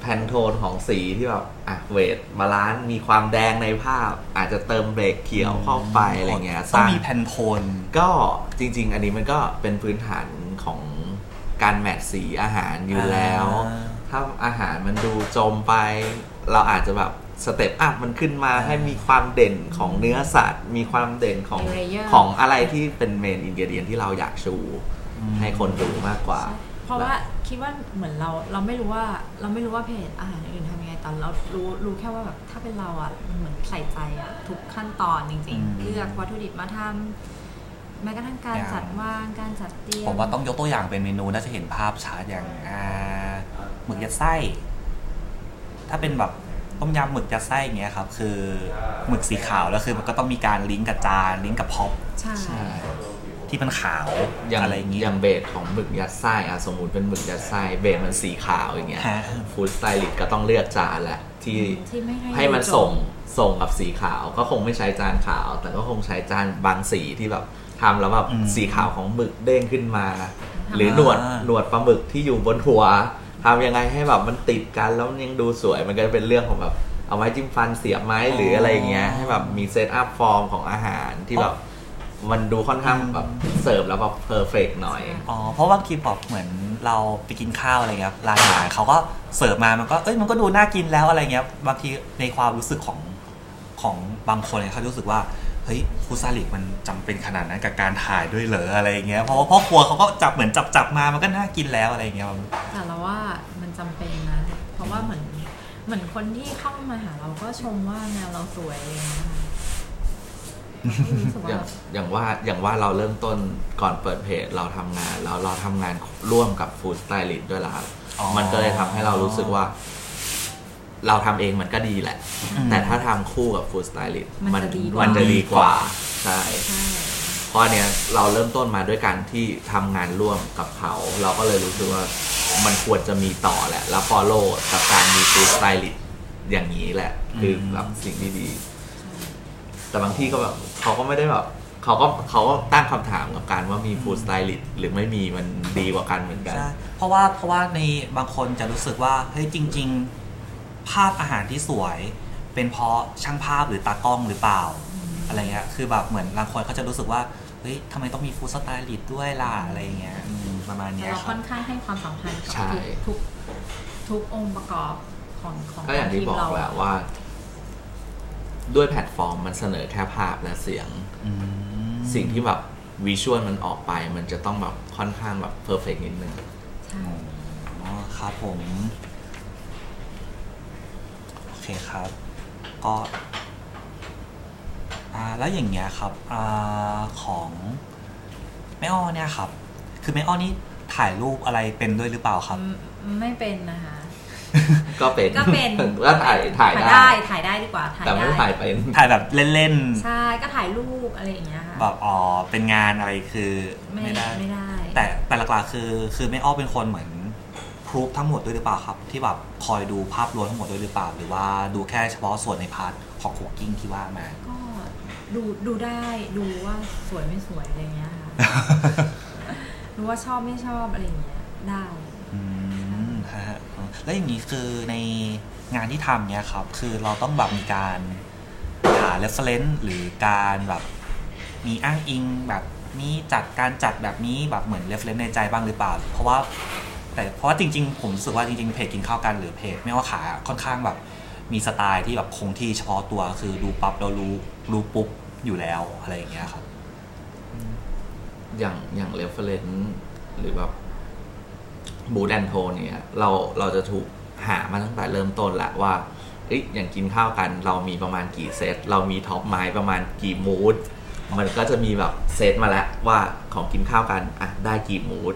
C: แพนโทนของสีที่แบบอ่ะเวทบาลานซ์มีความแดงในภาพ อาจจะเติมเบรกเขียวเข้าไปอะไรเงี้ยส
A: ต้อง
C: ร้าง
A: มีแผ่นโทน
C: ก็จริง ๆ อันนี้มันก็เป็นพื้นฐานของการแมทสีอาหารอยู่แล้ว
A: อ่า
C: ถ้าอาหารมันดูจมไป เราอาจจะแบบสเต็ปอัพมันขึ้นมาให้มีความเด่นของเนื้อสัตว์ มีความเด่นของ
B: มี layer
C: ของอะไรที่เป็นเมนอินเกเดียนที่เราอยากชู
A: อืม
C: ให้คนดูมากกว่า
B: ใช่เพราะว่าคิดว่าเหมือนเราเราไม่รู้ว่าเราไม่รู้ว่าเพจอาหารอื่นทำยังไงแต่เรารู้รู้แค่ว่าแบบถ้าเป็นเราอ่ะมันเหมือนใส่ใจอ่ะทุกขั้นตอนจริง
A: อืม
B: ๆ เลือกวัตถุดิบมาทำแม้กระทั่งการ
A: อย่าง
B: จัดวางการจัดเตรียม
A: ผมว่าต้องยกตัวอย่างเป็นเมนูน่าจะเห็นภาพชัดอย่างอ่าหมึกยัดไส้ ถ้าเป็นแบบต้มยำหมึกยัดไส้อย่างเงี้ยครับ คือหมึกสีขาวแล้วคือมันก็ต้องมีการลิงก์กับจานลิงก์กับพ็อป
B: ใช่
C: ใช่
A: ที่มันขาว
C: อย่าง
A: อะไรอย่างงี้
C: อย่างเบสของหมึกยัดไส้อะสมมติเป็นหมึกยัดไส้เบสมันสีขาวอย่างเงี้ย
A: ฮะ
C: ฟู้ดสไตลิสต์ก็ต้องเลือกจานแหละ ที่ ที่
B: ที่ไม่ให้
C: ให้มันส่งส่งกับสีขาว ก็คงไม่ใช้จานขาว แต่ก็คงใช้จานบางสีที่แบบทำแล้วแบบ
A: อืม
C: สีขาวของหมึกเด้งขึ้นมา หรือ
A: ทำ
C: หนวด
A: อ่า
C: หนวดปลาหมึกที่อยู่บนหัวทำยังไงให้แบบมันติดกันแล้วมันยังดูสวย มันก็จะเป็นเรื่องของแบบเอาไว้จิ้มฟันเสียบไหมหรืออะไรอย่างเงี้ยให้แบบมีเซตอัพฟอร์มของอาหารที่แบบมันดูค่อนข้างแบบเสิร์ฟแล้วแบบเพอร์เฟกหน่อย
A: อ๋อเพราะบางทีแบบเหมือนเราไปกินข้าวอะไรเงี้ยร้านอาหารเขาก็เสิร์ฟมามันก็เอ้ยมันก็ดูน่ากินแล้วอะไรเงี้ยบางทีในความรู้สึกของของบางคนเนี่ยเขารู้สึกว่าเฮ้ยคุซาลิกมันจำเป็นขนาดนั้นกับการถ่ายด้วยเหรออะไรเงี้ยเพราะว่าพ่อครัวเขาก็จับเหมือนจับจับมามันก็น่ากินแล้วอะไรเงี้ยมัน
B: แต่เราว่ามันจำเป็นนะ เพราะว่าเหมือนเหมือนคนที่เข้ามาหาเราก็ชมว่าแนวเราสวยอะไรอย่างเงี้ยค่ะเราก็รู้สึก
C: อย่า
B: ว่า
C: งอย่างว่าอย่างว่าเราเริ่มต้นก่อนเปิดเพจเราทำงานแล้วเราทำงานร่วมกับฟู้ดสไตลิสต์ด้วยล่ะครับมันก็เลยทำให้เรารู้สึกว่า เราทำเองมันก็ดีแหละ แต่ถ้าทำคู่กับฟู้ดสไตลิสต์
B: มันจะดีกว่ามั
C: มันจะดีกว่าใช่
B: ใช่
C: เพราะอันเนี้ยเราเริ่มต้นมาด้วยการที่ทำงานร่วมกับเขา เราก็เลยรู้สึกว่ามันควรจะมีต่อแหละ แล้วฟอลโล่กับการมีฟู้ดสไตลิสต์อย่างนี้แหละ คือแบบสิ่งที่ดี แต่บางที่ก็แบบเขาก็ไม่ได้แบบเขาก็เขาก็ตั้งคำถามกับการว่ามีฟู้ดสไตลิสต์หรือไม่มีมันดีกว่ากันเหมือนกัน
A: ใช่เพราะว่าเพราะว่าในบางคนจะรู้สึกว่าเฮ้ยจริง ๆ ภาพอาหารที่สวย เป็นเพราะช่างภาพหรือตากล้องหรือเปล่า อะไรเงี้ยคือแบบเหมือนบางคนเขาจะรู้สึกว่าเฮ้ยทำไมต้องมีฟู้ดสไตลิสต์ด้วยล่ะอะไรเงี้ยอืมประมาณเนี้ย
B: เรา
A: ครับ
B: ค่อนข้างให้ความสำคัญกับ
C: ใช่
B: ทุกทุกองค์ประกอบของของ
C: ก็อย่างที่บอกแหละ
B: ทีมเร
C: ว่า ด้วยแพลตฟอร์มมันเสนอแค่ภาพและเสียง สิ่งที่แบบวิชวลมันออกไป มันจะต้องแบบค่อนข้างแบบเพอร์เฟกนิดนึง
B: ใช่
A: อ๋อครับผม โอเคครับ ก็อ่าแล้วอย่างเงี้ยครับอ่าของแม่อ้อเนี่ยครับ คือแม่อ้อนี่ถ่ายรูปอะไรเป็นด้วยหรือเปล่าครับ
B: อืมไม่เป็นนะคะ
C: ก็เป็น
B: ก็เป็น
C: ก็ถ่ายถ่ายได้
B: ถ่ายได้ดีกว่าถ่าย
C: แต่ไม่
B: ได้
C: ถ่ายเป็น
A: ถ่ายแบบเล่น
B: ใช่ก็ถ่ายรูปอะไรอย่างเงี้ยค่ะ
A: ๆแบบอ๋อเป็นงานอะไรคือ
B: ไม่
A: ไม่ได้
B: ไม่ได้
A: แต่แต่หลักๆคือ คือแม่อ้อเป็นคนเหมือนพรูฟทั้งหมดด้วยหรือเปล่าครับ ที่แบบคอยดูภาพรวมทั้งหมดด้วยหรือเปล่า หรือว่าดูแค่เฉพาะส่วนในพาร์ทของคุกกิ้งที่ว่ามา
B: ก็ดูดูได้ดูว่าสวยไม่สวยอะไรอย่างเงี้ย ค่ะดูว่าชอบไม่ชอบอะไรอย่างเงี้ยได้
A: อืมฮะแล้วอย่างนี้คือในงานที่ทำเนี่ยครับ คือเราต้องแบบมีการหา reference หรือการแบบมีอ้างอิงแบบนี้จัดการจัดแบบนี้แบบเหมือน reference ในใจบ้างหรือเปล่า เพราะว่า แต่เพราะว่าจริง ๆ ผมรู้สึกว่าจริงๆเพจกินข้าวกันหรือเพจไม่ว่าขาค่อนข้างแบบมีสไตล์ที่แบบคงที่เฉพาะตัวคือดูปั๊บเรารู้รู้ปุ๊บอยู่แล้วอะไรอย่างเงี้ยครับ
C: อย่างอย่างเรฟเฟรนซ์หรือแบบบูดแอนโทเนี่ยเราเราจะถูกหามาตั้งแต่เริ่มต้นละว่าเอ้ยอย่างกินข้าวกัน เรามีประมาณกี่เซต เรามีท็อปไม้ประมาณกี่มูดมันก็จะมีแบบเซตมาแล้วว่าของกินข้าวกันอ่ะได้กี่มูด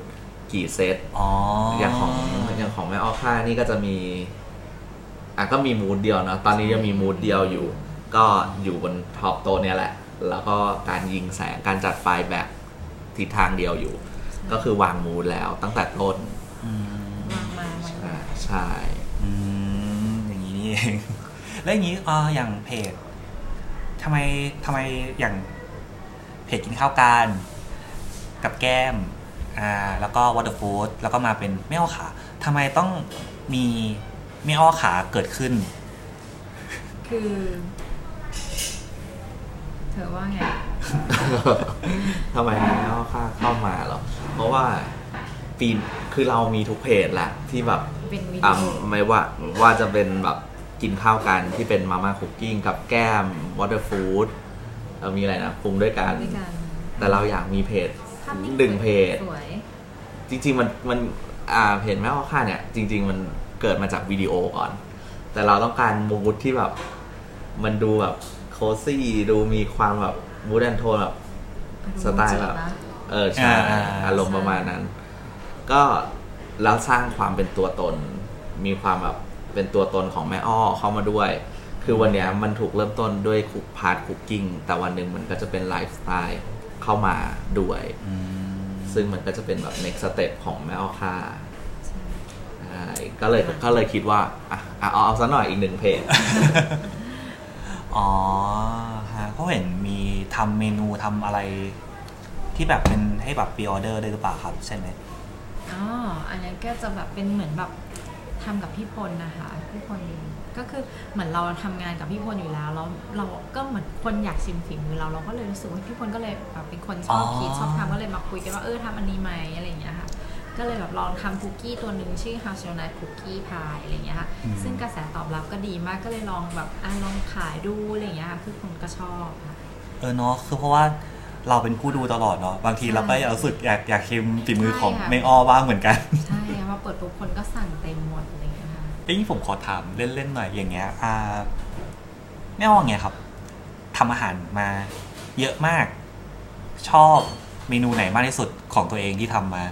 C: กี่เซต
A: อ๋อ
C: อ
A: อ
C: ย่างของอย่างของแม่อ้อค่านี่ก็จะมี อ่ะก็มีมูดเดียวเนอะตอนนี้ยังมีมูดเดียวอยู่ ก็อยู่บนท็อปโตะเนี่ยแหละ แล้วก็การยิงแสงการจัดไฟแบบทิศทางเดียวอยู่ ก็คือวางมูดแล้วตั้งแต่ต้น
B: วางมาวางมา
C: อ่าใช่
A: อืมอย่างนี้นี่เอง แล้วอย่างนี้เอ่ออย่างเพจทำไมทำไมอย่างเพจกินข้าวกันกับแก้มอ่าแล้วก็วอเตอร์ฟูดแล้วก็มาเป็นไม่อ้อขาทำไมต้องมีไม่อ้อขาเกิดขึ้น
B: คือ เธอว่าไง
C: ทำไมแม่อ้อค่าเข้ามาเหรอ เพราะว่าปีคือเรามีทุกเพจแหละที่แบบ
B: เป็นวิ
C: อ่ะ
B: ดีโอ
C: ไม่ว่าว่าจะเป็นแบบกินข้าวกันที่เป็นมาม่าคุกกิ้งกับแก้มวอเตอร์ฟู้ดเรามีอะไรนะปรุงด้วยกัน
B: ด้วยกัน
C: แต่เราอยากมีเพจ
B: ภาพนิ่
C: หนึ่งเพจ
B: สวย
C: จริง ๆ มันมันอ่าเพจแม่ว่าค่าเนี่ย จริง ๆ มันเกิดมาจากวิดีโอก่อน แต่เราต้องการมูดที่แบบ มันดูแบบโคซี่ดูมีความแบบมูดแอนโทนแบบ สไตล์แบบ
B: อารมณ์จีนนะ
C: เออใช่
A: อ่า
C: อารมณ์ประมาณนั้น ก็แล้วสร้างความเป็นตัวตน มีความแบบเป็นตัวตนของแม่อ้อเข้ามาด้วย คือวันเนี้ยมันถูกเริ่มต้นด้วยคุกพาร์ทคุกกิ้งแต่วันหนึ่งมันก็จะเป็นไลฟ์สไตล์เข้ามาด้วย ซึ่งมันก็จะเป็นแบบ next step ของแม่อ้อค่ะ
B: ใช่
C: อ่า ใช่ก็เลยก็เลยคิดว่าอ่ะอ่ะเอาเอาซะหน่อยอีกหนึ่งเพจ
A: อ๋อฮะก็เห็นมีทำเมนูทำอะไร ที่แบบเป็นให้แบบปีออเดอร์ด้วยหรือเปล่าครับ ใช่ไหม
B: อ๋อ อันนั้นก็จะแบบเป็นเหมือนแบบทำกับพี่พลนะคะพี่พลก็คือเหมือนเราทำงานกับพี่พลอยู่แล้วแล้วเราก็เหมือนคนอยากชิมฝีมือเราเราก็เลยรู้สึกว่าพี่พลก็เลยแบบเป็นคนชอบคิดชอบทำก็เลยมาคุยกันว่าเออทำอันนี้ไหมอะไรอย่างเงี้ยค่ะ ก็เลยแบบลองทำคุกกี้ตัวหนึ่งชื่อ h a s h e l n u t Cookie Pie อะไรอย่างเงี้ยค่ะ ซึ่งกระแสตอบรับก็ดีมากก็เลยลองแบบอ่ะลองขายดูอะไรอย่างเงี้ยค่ะคือคนก็ชอบค่ะ
A: เออเนาะคือเพราะว่าเราเป็นผู้ดูตลอดเนาะบางทีเราก็
B: ใช่
A: อยากรู้สึกอยากอยากชิมฝีมือ
B: ใช่
A: ของ
B: ค่ะ
A: เมอ้อบ้างเหมือนกัน
B: ใช่ค่ะมาเปิดปุ๊บคนก็สั่งเต็มหมดอะไรอย่างเงี้ยค่ะ
A: เอ้ยผมขอถามเล่นๆหน่อยอย่างเงี้ยอ่าแม่อ้อไงครับทำอาหารมาเยอะมาก ชอบเมนูไหนมากที่สุดของตัวเองที่ทำมา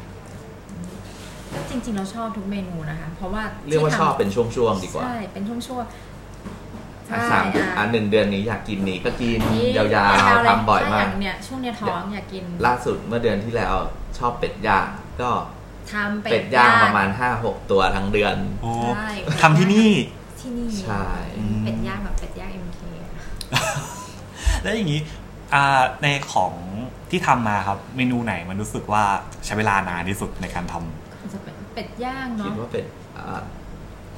B: ก็จริงๆเราชอบทุกเมนูนะคะ เพราะว่า
C: เรียกว่า
B: ที่
C: ช
B: ทำ
C: อบเป็นช่วงๆดีกว่า
B: ใช่เป็นช่วงช่วงๆ
C: อ่ะ
B: ใช่
C: สามอั
B: อ่ะ
C: นหนึ่งเดือนนี้อยากกินนี้ก็กิน
B: นี่
C: ยาว
B: เเล
C: ๆทำบ่อย
B: ถ้
C: มาก
B: งเนี่ยช่วงเนี้ยท้องอยากกิน
C: ล่าสุดเมื่อเดือนที่แล้วชอบเป็ดย่างก็
B: ทำ
C: เป็ดย่างประมาณห้าหกตัวทั้งเดือน
A: โอ้
B: ใช่
A: ทำที่นี่
B: ที่นี่
C: ใช่
B: เป็ดย่างแบบเป็ดย่างเอ็มเค
A: แล้วอย่างนี้อ่าในของที่ทำมาครับ เมนูไหนมันรู้สึกว่าใช้เวลานานที่สุดในการทำ
B: จะเป็นเป็ดย่าง
C: คิด
B: เนาะ
C: ว่าเป็ดอ่า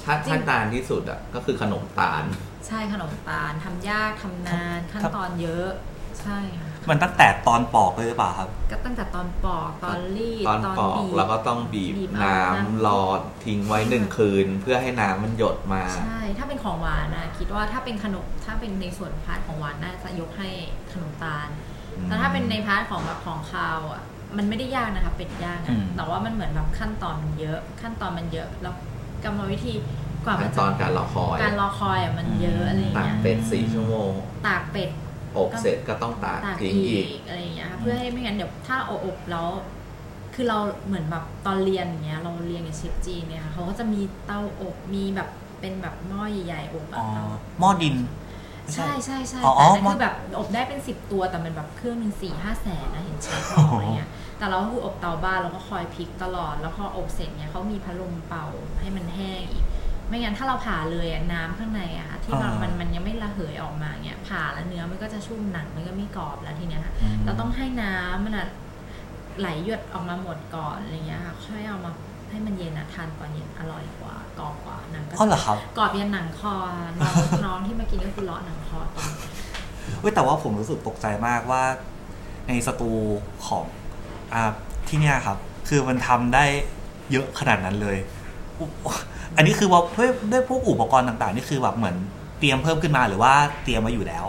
C: ถ้า
B: จริง
C: ถ้าตาลที่สุดอ่ะก็คือขนมตาล
B: ใช่ขนมตาลทำยากทำนานขั้นตอนเยอะ ใช่ค่ะ
A: มันตั้งแต่ตอนปอกเลยหรือเปล่าครับ
B: ก็ตั้งแต่ตอนปอกตอนรีด
C: ตอนปอก
B: บีบ
C: แล้วก็ต้องบีบ
B: เอา
C: น้ำ
B: น้ำ
C: รอทิ้งไว้หนึ่งคืน เพื่อให้น้ำมันหยดมา
B: ใช่ ถ้าเป็นของหวานนะคิดว่าถ้าเป็นขนม ถ้าเป็นในส่วนพาร์ทของหวานน่าจะยกให้ขนมตาล
C: อืม
B: แต่ถ้าเป็นในพาร์ทของแบบของคาวอ่ะ มันไม่ได้ยากนะคะเป็ดย่าง
A: อื
B: อะ
A: ม
B: แต่ว่ามันเหมือนแบบขั้นตอนมันเยอะ ขั้นตอนมันเยอะ แล้วกรรมวิธีกว่ามัน
C: ขั้นต
B: จะ
C: อนการรอคอย
B: การรอคอยอ่ะมันเยอะอะไรอย่าง
C: ตาก
B: เงี้ย
C: เป็ดสี่ชั่วโมง
B: ตากเป็ด
C: อบ
B: ก็
C: เสร็จก็ต้องตาก
B: ตาก
C: ทิ้ง
B: อี
C: อีก
B: กอะไรอย่างเงี้ยค่ะเพื่อให้ไม่งั้นเดี๋ยวถ้าเอาอบแล้ว คือเราเหมือนแบบตอนเรียนอย่างเงี้ย เราเรียนกับเชฟจีนเนี่ยค่ะเขาก็จะมีเตาอบ มีแบบเป็นแบบหม้อใหญ่ๆอบอะ
A: อ๋อ
B: เตา
A: หม้อดิน
B: ใช่ใช่ใช่
A: อ๋อ
B: แต่อันนั่น
A: มัน
B: คือแบบอบได้เป็นสิบตัวแต่มันแบบเครื่องหนึ่งสี่ห้าแสนนะเห็นเชฟบอกอะไรเงี้ยแต่เราก็คืออบเตาบ้านเราก็คอยพลิกตลอด แล้วพออบเสร็จเนี่ยเขามีพัดลมเป่าให้มันแห้งอีก ไม่งั้นถ้าเราผ่าเลยอะน้ำข้างในอะค่ะที่มัน
A: อ่ามั
B: มันมันยังไม่ระเหยออกมาเงี้ยผ่าแล้วเนื้อมันก็จะชุ่มหนังมันก็ไม่กรอบแล้วทีเนี้ยค่ะ
A: อืม
B: เราต้องให้น้ำมันอะไหลหยดออกมาหมดก่อนอะไรเงี้ยค่ะค่อยเอามาให้มันเย็นอะทานตอนเย็นอร่อยกว่ากรอบกว่าหนังก็จะ
A: ก็เหรอครับ
B: กรอบยันหนังคอน้อง น้องที่มากินก็คือเลาะหนังคอตอน
A: เว้ยแต่ว่าผมรู้สึกตกใจมากว่า ในสตูของอ่าที่เนี่ยครับ คือมันทำได้เยอะขนาดนั้นเลยอุ๊ยอันนี้คือว่าด้วยด้วยพวกอุปกรณ์ต่างๆ นี่คือแบบเหมือนเตรียมเพิ่มขึ้นมาหรือว่าเตรียมมาอยู่แล้ว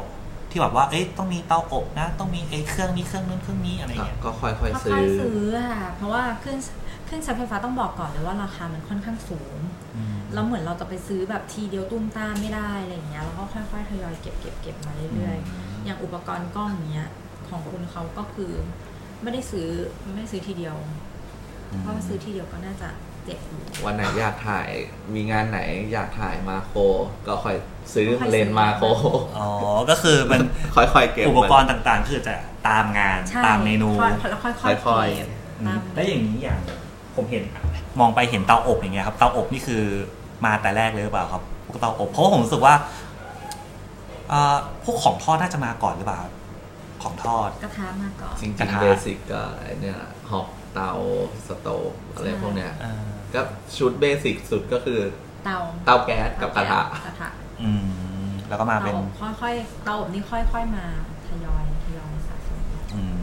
A: ที่แบบว่าเอ๊ะต้องมีเตาอบนะ ต้องมีไอ้เครื่องนี้เครื่องนู้นเครื่องนี้อะไรเงี้ย
C: ก็ค่อยๆซื้
B: ค่
C: อ
B: อยๆซื้อค่ะ เพราะว่าเครื่องเครื่องใช้ไฟฟ้าต้องบอกก่อนเลยว่าราคามันค่อนข้างสูง
A: อืม
B: แล้วเหมือนเราจะไปซื้อแบบทีเดียวตุ้มตามไม่ได้อะไรอย่างเงี้ย แล้วก็ค่อยๆทยอยเก็บเก็บเก็บมาเรื่อยๆ อย่างอุปกรณ์กล้องเนี้ยของคุณเขาก็คือ ไม่ได้ซื้อไม่ได้ซื้อทีเดียว
A: อืม
B: เพราะว่าซื้อทีเดียวก็น่าจะเจ็บอยู่
C: วันไหนอยากถ่ายมีงานไหนอยากถ่ายมาโครก็ค่อยซื้อ
B: ค่อยๆซื้อ
C: เลนส์มาโคร
A: อ๋อก็คือมัน
C: ค่อยๆเก็บ
A: อุปกรณ์ต่างๆ คือจะตามงาน
B: ใช่
A: ตามเมนู
B: ค่อยๆแล้วค่อยๆ
C: ค่อยๆ
B: เก็บ
A: อื
B: ตามม
A: แล้วอย่างนี้อย่างผมเห็น มองไปเห็นเตาอบอย่างเงี้ยครับเตาอบนี่คือมาแต่แรกเลยหรือเปล่าครับพวกเตาอบเพราะว่าผมรู้สึกว่าเอ่อพวกของทอดน่าจะมาก่อนหรือเปล่าครับของทอด
B: กระทะมาก่อน
C: จริง
A: กระ
C: ๆ
A: ทะ
C: เบสิกก็ไอเนี่ยหอบเตาสโตฟอะไรพวกเนี้ย
A: เอ่อ
C: ก็ชุดเบสิกสุดก็คือ
B: เตา
C: เตาแก๊สกับกระทะ
B: กระทะ
A: อืมแล้วก็มาเป็
B: เตาน อบค่อยๆเตาอบนี่ค่อยๆมาทยอยทยอยสะสม
A: อืม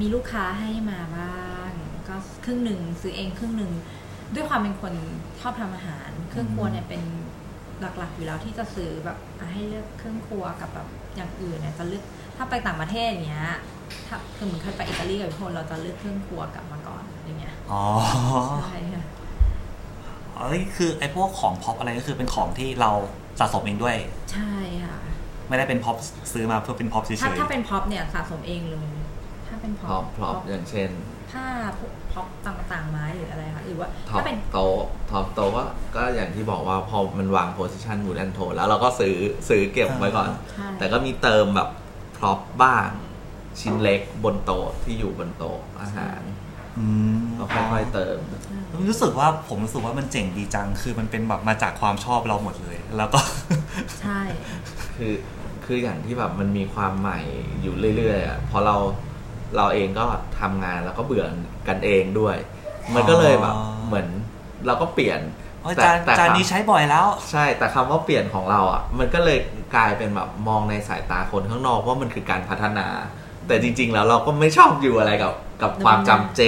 B: มีลูกค้าให้มาบ้าง ก็ครึ่งหนึ่งซื้อเองครึ่งหนึ่งด้วยความเป็นคนชอบทำอาหาร เครื่องครัวเนี่ยเป็นหลักๆอยู่แล้วที่จะซื้อแบบอ่ะให้เลือกเครื่องครัวกับแบบอย่างอื่นเนี่ยจะเลือกถ้าไปต่างประเทศอย่างเงี้ยถ้าคือเหมือนเคยไปอิตาลีกับพี่พลเราจะเลือกเครื่องครัวกลับมาก่อนอย่างเงี้ย
A: อ๋อ
B: ใช่ค่ะ
A: อ๋อนี่คือไอ้พวกของพ็อปอะไรก็คือเป็นของที่เราสะสมเองด้วย
B: ใช่ค่ะ
A: ไม่ได้เป็นพ็อปซื้อมาเพื่อเป็นพ็อปเฉย
B: ถ้าถ้า
A: ๆ
B: เป็นพ็อปเนี่ยสะสมเองเลยถ้าเป็นพ็
C: พ
B: อ
C: ร้อ
B: ป
C: มพร้อมอย่างเช่น
B: ผ้าพวกพ็อปต่างๆไม้หรืออะไรคะหรือว่า
C: ท็อ
B: ถ้า
C: ป
B: เป็น
C: โตท็อปโตก็ก็อย่างที่บอกว่าพอมันวางโพสิชันมูดแอนโทแล้วเราก็ซื้อซื้อเก็บไว้ก่อน
B: ใช่
C: แต่ก็มีเติมแบบพร็อพบ้าง ชิ้นเล็กบนโต๊ะที่อยู่บนโต๊ะอาหาร
A: อืม
C: ก็ค่อยๆเติม
A: รู้สึกว่าผมรู้สึกว่ามันเจ๋งดีจัง คือมันเป็นแบบมาจากความชอบเราหมดเลย แล้วก็
B: ใช่
C: คือคืออย่างที่แบบมันมีความใหม่อยู่เรื่อยๆอ่ะเพราะเราเราเองก็ทำงานแล้วก็เบื่อกันเองด้วย มันก็เลยแบบ
A: อ๋อ
C: เหมือนเราก็เปลี่ยน
A: โอ้ยจานจานนี้
C: คำ
A: ใช้บ่อยแล้ว
C: ใช่ แต่คำว่าเปลี่ยนของเราอ่ะ มันก็เลยกลายเป็นแบบมองในสายตาคนข้างนอกว่ามันคือการพัฒนา แต่จริง ๆ แล้วเราก็ไม่ชอบอยู่อะไรกับกับความจำเจ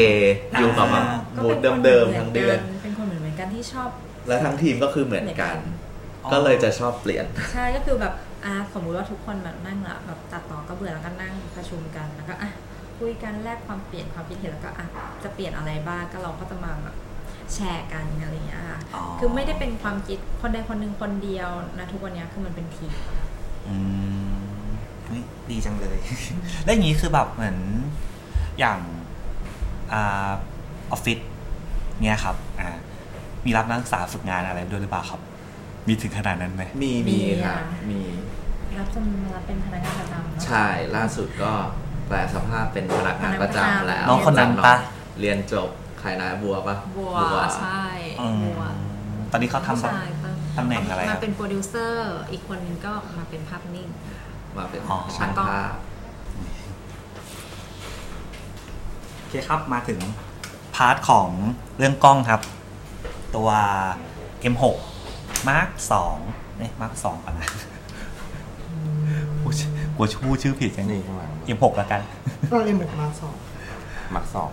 C: อยู่กับแบบ
B: ก็
C: มูด
B: ป็นคน
C: เดิม
B: ห
C: ๆ
B: น
C: ทั้งเดือน
B: เป็นคนเหมือนเหมือนกันที่ชอบ
C: และทั้งทีมก็คือเหมือนกัน
A: อ๋อ
C: ก็เลยจะชอบเปลี่ยน
B: ใช่ก็คือแบบอ่ะสมมุติว่าทุกคนแบบนั่งละแบบตัดต่อก็เบื่อแล้วก็นั่งประชุมกันแล้วก็อ่ะคุยกันแลกความเปลี่ยนความคิดเห็นแล้วก็อ่ะจะเปลี่ยนอะไรบ้างก็เราก็จะมาแบบแชร์กันอะไรอย่างเงี้ยค่ะ
A: อ๋อ
B: คือไม่ได้เป็นความคิดคนใดคนหนึ่งคนเดียวนะทุกวันเนี้ยคือมันเป็นทีม
A: อืมเฮ้ยดีจังเลย แล้วอย่างนี้คือแบบเหมือนอย่างอาออฟฟิศเนี่ยครับอ่ามีรับนักศึกษาฝึกงานอะไรด้วยหรือเปล่าครับ มีถึงขนาดนั้นไหม
C: มีมีครับ มี
B: รับจนรับเป็นพนักงานประจำเนาะ
C: ใช่ ล่าสุดก็แปลสภาพเป็นพนักงานประจำแล้ว
B: น้องคนนั้น
A: ปะ
C: เรียนจบขายน้าบัวปะ
B: บัวใช่
A: อืม
B: บัว
A: ตอนนี้เขาทำแบบ
B: ใช่ก็
A: ตำแหน่งอะไรครับ
B: มาเป็นโปรดิวเซอร์อีกคนนึงก็มาเป็นภาพนิ่ง
C: มาเป็น
A: อ๋อ
C: ช่างภาพ
A: โอเคครับ มาถึงพาร์ทของเรื่องกล้องครับ ตัว M6 Mark 2เนี่ย Mark 2ก่อนนะโอ้ยกลัวชื่อชื่อผิดจัง
C: นี่ข้างหลัง
A: M6 แล้วกัน
D: ก็เรียนแบบมาสอง
C: มักสอง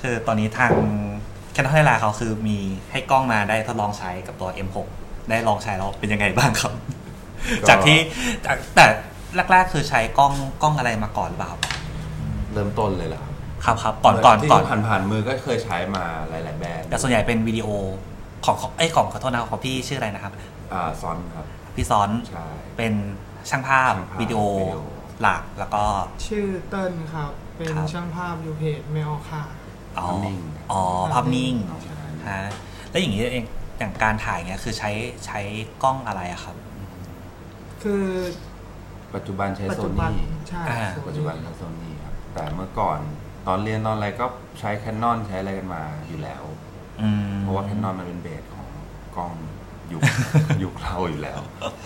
A: คือตอนนี้ทางแค n น n ไฮไลท์เขาคือมีให้กล้องมาได้ทดลองใช้กับตัว M6 ได้ลองใช้แล้วเป็นยังไงบ้างครับ จากที่จากแต่แรกๆคือใช้กล้องกล้องอะไรมาก่อนหรือเปล่า
E: เริ่มต้นเลยเหรอครับ
A: ครับครับก่อนก่อน
E: ที่
A: ก่อน
E: ผ่านผ่านๆมือก็เคยใช้มาหลาย ๆ แบรนด์
A: แต่ส่วนใหญ่เป็นวิดีโอของของเอ้ยของขอโทษนะครับของพี่ชื่ออะไรนะครับ
E: อ่าซอนครับ
A: พี่ซ้อน
E: ใช่
A: เป็นช่างภาพ
E: ช่างภาพ
A: วิดีโอ
E: วิดีโอ
A: หลักแล้วก็
D: ชื่อเติ้ลครับ เป็น
A: ครับ
D: ช่างภาพอยู่เพจแมวค่ะ
A: อ๋อ
E: ภาพนิ่ง
A: อ๋อภาพนิ่ง
E: ใช่
A: ฮะแล้วอย่างนี้เองอย่างการถ่ายเนี้ยคือใช้ใช้กล้องอะไรอะครับ
D: คือ
E: ปัจจุบันใช้
D: ปัจ
E: โซ
D: จุบัน
E: นี่
D: ใช่
A: อ่า
D: โซ
E: ปัจจุบันใช้โซนี่ครับ แต่เมื่อก่อนตอนเรียนตอนอะไรก็ใช้แคนนอนใช้อะไรกันมาอยู่แล้ว
A: อืม
E: เพราะว่าแคนนอนมันเป็นเบสของกล้องยุ ค ยุคเราอยู่แล้ว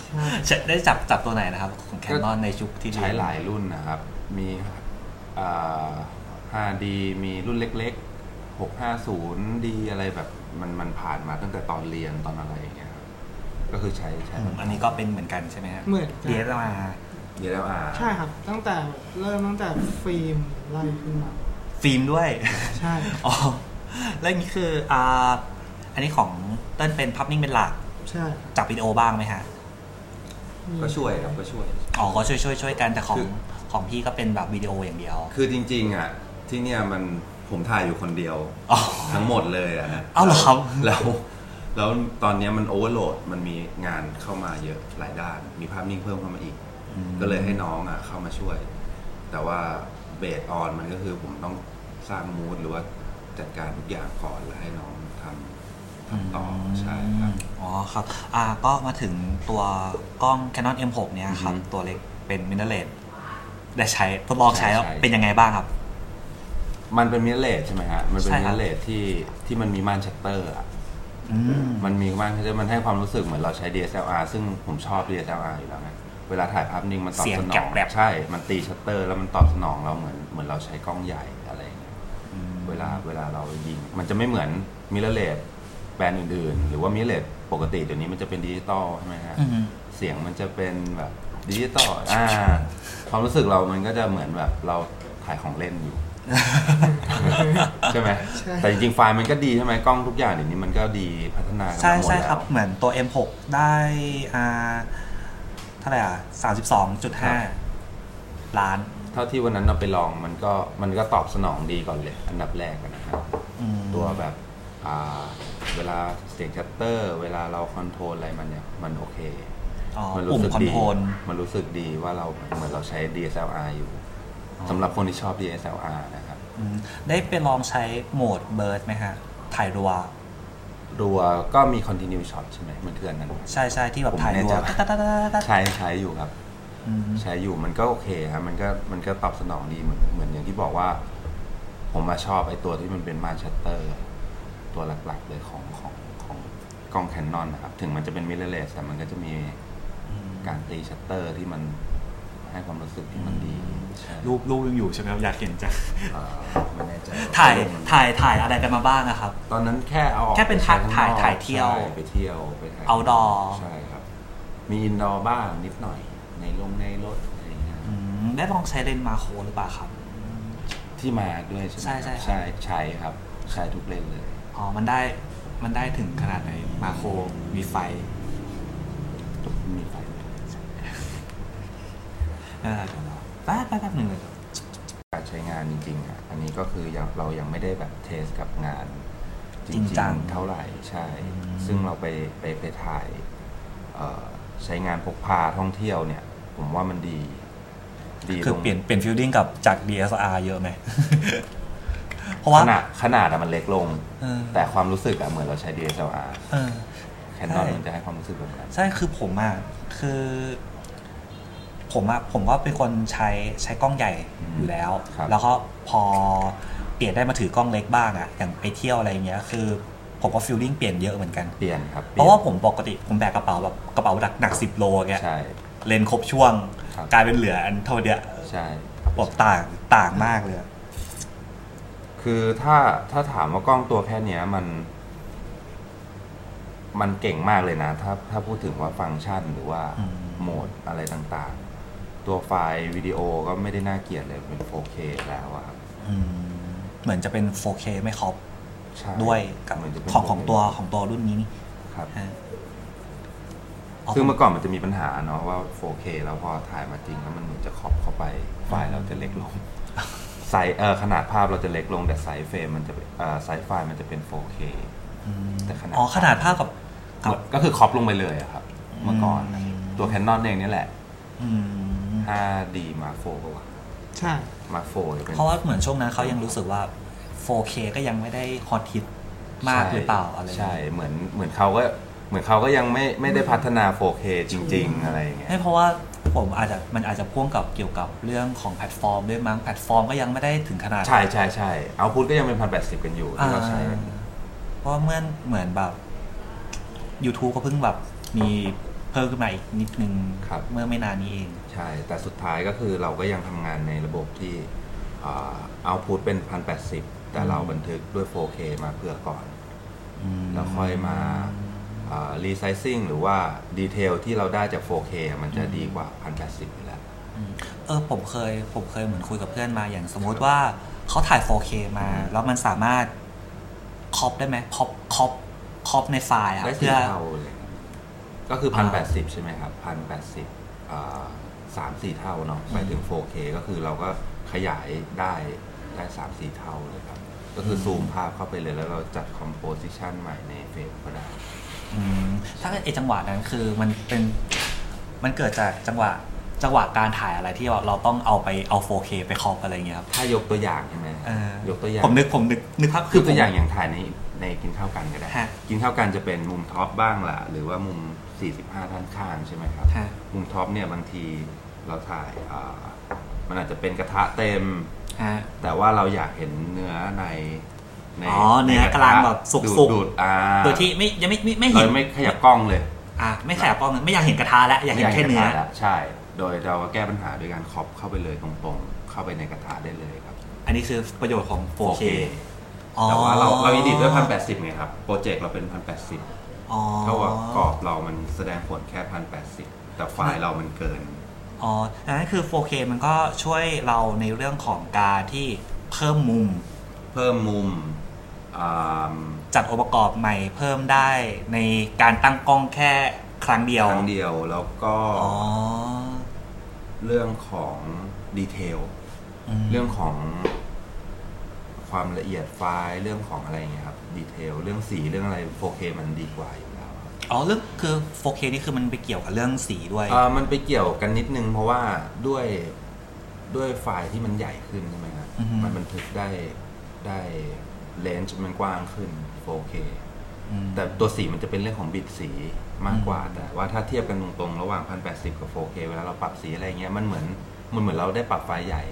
D: ใช่
A: ใช้ได้จับจับตัวไหนนะครับ ของแคนนอนในชุกที่เรีน
E: ใช้หลายรุ่นนะครับ มีอ่า 5D มีรุ่นเล็กๆ 650D อะไรแบบมันมันผ่านมาตั้งแต่ตอนเรียนตอนอะไรอย่างเงี้ยครับก็คือใช้ใช้
A: อืมอันนี้ก็เป็นเหมือนกันใช่ไหมฮะ
D: เหมือนกั
A: เดีย
D: น
A: วมา
E: เดี๋ยวแล้วอ่า
D: ใช่ครับ ตั้งแต่เริ่มตั้งแต่ฟิล์มไล่ขึ้นมา
A: ฟิล์มด้วย
D: ใช่
A: อ๋อแล้วอย่างนี้คืออ่าอันนี้ของเต้นเป็นภาพนิ่งเป็นหลัก
D: ใช่ครับ
A: จับวิดีโอบ้างไหมฮะ
D: มี
E: ก็ช่วยครับก็ช่วย
A: อ๋อก็ช่วยช่วยช่วยกันแต่ของ
E: คือ
A: ของพี่ก็เป็นแบบวิดีโออย่างเดียว
E: คือจริง ๆ อ่ะ ที่เนี่ยมันผมถ่ายอยู่คนเดียว
A: อ๋อ
E: ทั้งหมดเลยอ่ะนะ
A: อ้าวเหรอครับ
E: แล้วแล้วตอนเนี้ยมันโอเวอร์โหลดมันมีงานเข้ามาเยอะหลายด้าน มีภาพนิ่งเพิ่มเข้ามาอีก ก็เลยให้น้องอ่ะเข้ามาช่วย แต่ว่าเบสออนมันก็คือผมต้องสร้างมูดหรือว่าจัดการทุกอย่างก่อนแล้วให้น้องทำทำต่อใช่ครับ
A: อ๋อครับ อ่าก็มาถึงตัวกล้อง Canon M6 เนี่ยครับ
E: อือฮึ
A: ตัวเล็กเป็นมิเนเลสได้ใช้ทดลองใช้แล้ว
E: ใช่ใช่
A: เป็นยังไงบ้างครับ
E: มันเป็นมิเรเลสใช่ไหมฮะมันเป็น
A: ใช่
E: มิ
A: ครับ
E: เรเลสที่ที่มันมีม่านชัตเตอร์อ่ะ
A: อืม
E: มันมีมากที่จะมันให้ความรู้สึกเหมือนเราใช้ DSLR ซึ่งผมชอบ DSLR อยู่แล้วไงเวลาถ่ายภาพนิ่งมันตอบ
A: เสียง
E: สน
A: แกร
E: อง
A: บแกรบ
E: ใช่ มันตีชัตเตอร์แล้วมันตอบสนองเราเหมือนเหมือนเราใช้กล้องใหญ่อะไรอย่างเงี้ยเวลาเวลาเรายิง มันจะไม่เหมือนมิเรเลสแบรนด์อื่นๆ หรือว่ามิเรเลสปกติเดี๋ยวนี้มันจะเป็นดิจิตอลใช่ไหมฮะ
A: อืม
E: เสียงมันจะเป็นแบบดิจิตอลอ่าความรู้สึกเรามันก็จะเหมือนแบบเราถ่ายของเล่นอยู่ ใช่ไหมแต่จริงๆไฟล์มันก็ดีใช่ไหมกล้องทุกอย่างเดี๋ยวนี้มันก็ดีพัฒนากัน
A: ใช่
E: มาหมด
A: ใช่
E: แล้ว
A: ครับ เหมือนตัว M6 ได้อ่าเท่าไหร่อ่ะสามสิบสองจุดห้าล้าน
E: เท่าที่วันนั้นเราไปลองมันก็มันก็ตอบสนองดีก่อนเลย อันดับแรกอะนะครับ
A: อืม
E: ตัวแบบอ่าเวลาเสียงชัตเตอร์ เวลาเราคอนโทรลอะไรมันเนี่ยมันโอเค
A: อ๋อ
E: มั
A: ปุ่มคอน
E: ดี
A: โทรล
E: มันรู้สึกดีว่าเราเหมือนเราใช้ DSLR อยู่สำหรับคนที่ชอบ DSLR นะครับ
A: อืมได้ไปลองใช้โหมดเบิร์ดไหมฮะ ถ่ายรัว
E: รัวก็มี continue shot ใช่ไหมมันคืออันนั้น
A: ใช่ใช่ที่แบบ
E: ผม
A: ถ่าย
E: แน่
A: รัว
E: ใจ
A: ตัดตัดตัดตัดตัด
E: ใช้ใช้อยู่ครับ
A: อืม
E: ใช้อยู่มันก็โอเคครับมันก็มันก็ตอบสนองดีเหมือนเหมือนอย่างที่บอกว่า ผมมาชอบไอ้ตัวที่มันเป็นมาชัตเตอร์ ตัวหลักๆเลยของของของกล้องแคนนอนนะครับ ถึงมันจะเป็นมิเรเลสแต่มันก็จะมีการตีชัตเตอร์ที่มันให้ความรู้สึกที่มันดีใช่
A: รูปรูปยังอยู่ใช่ไหมครับอยากเห็นจัง
E: เอ่อไม่แน่ใจ
A: ถ่ายถ่ายถ่ายอะไรกันมาบ้างนะครับ
E: ตอนนั้นแค่เอาออก
A: แค่เป็น
E: ไใช้
A: ถ่าย
E: ข้งนอก
A: ถ่ายถ่ายเที่ยว
E: ใช่ไปเที่ยวไปถ่าย
A: outdoor
E: ใช่ครับ มีอินดอร์บ้างนิดหน่อย ในลงในรถอะไรอย่างเงี้ย
A: อืมได้ลองใช้เลนส์มาโครหรือเปล่าครับ
E: ที่มาด้วยใช่ไหม
A: ใช่ใช่
E: ใช่ใช้ครับ ใช้ทุกเลนเลย
A: อ๋อ มันได้มันได้ถึงขนาดไหนมาโครมีไฟ
E: ทุกมีไฟหมด
A: เออเดี๋ยวรอแป๊บแป๊บแป๊บหนึ่งเลยครับ
E: การใช้งานจริงๆอ่ะอันนี้ก็คือยังเรายังไม่ได้แบบเทสกับงาน จริงๆเท่าไหร่ใช่ ซึ่งเราไปไปไปถ่ายเอ่อใช้งานพกพาท่องเที่ยวเนี่ย ผมว่ามันดีดี
A: คือ
E: ตรง
A: เปลี่ยนเปลี่ยนฟิลดิ่งกับจาก DSR เยอะไหม เพราะว่า
E: ขนาดขนาดอะมันเล็กลง
A: เออ
E: แต่ความรู้สึกอะเหมือนเราใช้ DSLR
A: เออ
E: แคนนอน
A: ใช่
E: มันจะให้ความรู้สึกแบบนั้น
A: ใช่คือผมอ่ะคือ ผมอ่ะผมก็เป็นคนใช้ใช้กล้องใหญ่อยู่แล้ว แล้วก็พอเปลี่ยนได้มาถือกล้องเล็กบ้างอ่ะ อย่างไปเที่ยวอะไรเงี้ย คือ ผมก็ฟิลลิ่งเปลี่ยนเยอะเหมือนกัน
E: เปลี่ยนครับ
A: เพราะว่าผมปกติผมแบกกระเป๋าแบบกระเป๋าหนักหนักสิบโลแก
E: ใช่
A: เลนส์ครบช่วง
E: ครับ
A: กลายเป็นเหลืออันเท่าเดียว
E: ใช่
A: บอกต่างต่างมากเลยอะ
E: คือถ้าถ้าถามว่ากล้องตัวแค่เนี้ยมัน มันเก่งมากเลยนะ ถ้าถ้าพูดถึงว่าฟังก์ชันหรือว่าโหมดอะไรต่างๆ ตัวไฟล์วิดีโอก็ไม่ได้น่าเกลียดเลยเป็น 4K แล้วอะครับ
A: อืมเหมือนจะเป็น 4K ไม่ครบ
E: ใช่
A: ด้วยกับ
E: เหมืนจะเป็น
A: ของของ
E: 4K
A: ตัวของตัวรุ่นนี้นี่
E: ครับ
A: ฮะ
E: ซึ่งเมื่อก่อนมันจะมีปัญหาเนาะว่า 4K แล้วพอถ่ายมาจริงแล้วมันเหมือนจะขอบเข้าไปไฟล์เราจะเล็กลง ไซส์เออขนาดภาพเราจะเล็กลงแต่ไซส์เฟรมมันจะเป็นเออไซส์ไฟล์มันจะเป็น 4K
A: อืม
E: แต่ขนาด
A: อ๋อขนาดภาพกับกับ
E: ก็คือครอปลงไปเลยอะครับ เมื่อก่อนนะ
A: อืม
E: ตัวแคนนอนเองนี่แหละ
A: อืม
E: 5D Mark 4ป่ะวะ
D: ใช่
E: Mark 4เป็น
A: เพราะว่าเหมือนช่วงนั้นเขายังรู้สึกว่า 4K ก็ยังไม่ได้ฮอตฮิตมาก
E: ใช่
A: หรือเปล่าอะไรอย่าง
E: ใช่
A: เงี้ย
E: เหมือนเหมือนเขาก็เหมือนเขาก็ยังไม่ไม่ได้พัฒนา 4K จริง ๆ อะไรอย่างเงี้ย
A: ไม่เพราะว่าผมอาจจะมันอาจจะพ่วงกับเกี่ยวกับเรื่องของแพลตฟอร์มด้วยมั้งแพลตฟอร์มก็ยังไม่ได้ถึงขนาด
E: ใช่ใช่ใช่เอาพุทก็ยังเป็น 1080 กันอยู่ที่เราใช้
A: อ่าเพราะเมื่อเหมือนแบบ YouTube ก็เพิ่งแบบมีเพิ่มขึ้นมาอีกนิดนึง
E: ครับ
A: เมื่อไม่นานนี้เอง
E: ใช่ แต่สุดท้ายก็คือเราก็ยังทำงานในระบบที่เอาพุทเป็น 1080 แต่เราบันทึกด้วย 4K มาเพื่อก่อน แล้วค่อยมารีไซซิ่งหรือว่าดีเทลที่เราได้จาก 4K อะมันจะดีกว่า 1080อยู่แล้ว
A: เออผมเคย ผมเคยเหมือนคุยกับเพื่อนมาอย่างสมมติว่าเขาถ่าย 4K มา แล้วมันสามารถคอปได้ไหมคอปคอปคอปในไฟล์อะ
E: ได้สี
A: เพื่อ
E: เท่าเลย ก็คือ
A: อ่า
E: 1080 ใช่ไหมครับ 1080อ่าสามสี่เท่าเนาะไปถึง 4K ก็คือเราก็ขยายได้ได้สามสี่เท่าเลยครับ ก็คือซูมภาพเข้าไปเลยแล้วเราจัดคอมโพสิชันใหม่ในเฟรมก็ได้
A: อืมถ้าไอจังหวะนั้นคือมันเป็นมันเกิดจากจังหวะจังหวะการถ่ายอะไรที่เราเราต้องเอาไปเอา 4K ไปคอปอะไรอย่างเงี้ยครับ
E: ถ้ายกตัวอย่างใช่ไหม
A: เออย
E: กตัวอย่าง
A: ผมนึกผมนึกนึกภาพ
E: คือตัวอย่างอย่างถ่ายในในกินข้าวกันก็ได้
A: ฮะ
E: กินข้าวกันจะเป็นมุมท็อปบ้างล่ะ หรือว่ามุม 45ท่านข้างใช่ไหมครับ
A: ฮะ
E: มุมท็อปเนี่ยบางทีเราถ่ายอ่ามันอาจจะเป็นกระทะเต็ม
A: ฮะ
E: แต่ว่าเราอยากเห็นเนื้อในใน
A: อ๋อเนื้อกำลังแบบสุกๆ
E: ดูดดูดอ่า
A: โดยที่ไม่ยังไม่ไม่ไม่
E: เรา
A: เห็น
E: ไม่ขยับกล้องเลย
A: อ่ะไม่ขยับกล้องนะไม่อยากเห็นกระทะแล้วอยากเห็นแค่เนื้อ
E: ไม่ยากห็กระทะละใช่ โดยเราแก้ปัญหาด้วยการครอบเข้าไปเลยตรงๆ เข้าไปในกระทะได้เลยครับ
A: อันนี้คือประโยชน์ของ 4K อ๋อ
E: แต่ว่าเราเราอิดิทด้วย1080ไงครับ โปรเจกต์เราเป็น 1080
A: อ๋อ
E: เท่ากับกรอบเรามันแสดงผลแค่พันแปดสิบแต่ไฟล์เรามันเกิน
A: อ๋ออันนั้นคือ 4K มันก็ช่วยเราในเรื่องของการที่เพิ่มมุม
E: เพิ่มมุมอ่าม
A: จัดองค์ประกอบใหม่เพิ่มได้ในการตั้งกล้องแค่ครั้งเดียว
E: ครั้งเดียวแล้วก็
A: อ๋อ
E: เรื่องของดีเทล
A: ม
E: เรื่องของความละเอียดไฟล์เรื่องของอะไรอย่างเงี้ยครับดีเทลเรื่องสีเรื่องอะไร 4K มันดีกว่าอยู่แล้วครับ
A: อ๋อเรื่องคือ 4K นี่คือมันไปเกี่ยวกับเรื่องสีด้วย
E: อ่ามันไปเกี่ยวกันนิดนึงเพราะว่าด้วยด้วยไฟล์ที่มันใหญ่ขึ้นใช่ไหมครับมันบันทึกได้ได้เลนส์มันกว้างขึ้น 4K
A: ม
E: แต่ตัวสีมันจะเป็นเรื่องของบิดสีมากกว่า แต่ว่าถ้าเทียบกันตรงๆ ระหว่าง 1080 กับ 4K เวลาเราปรับสีอะไรเงี้ยมันเหมือนมันเหมือนเราได้ปรับไฟล์ใหญ่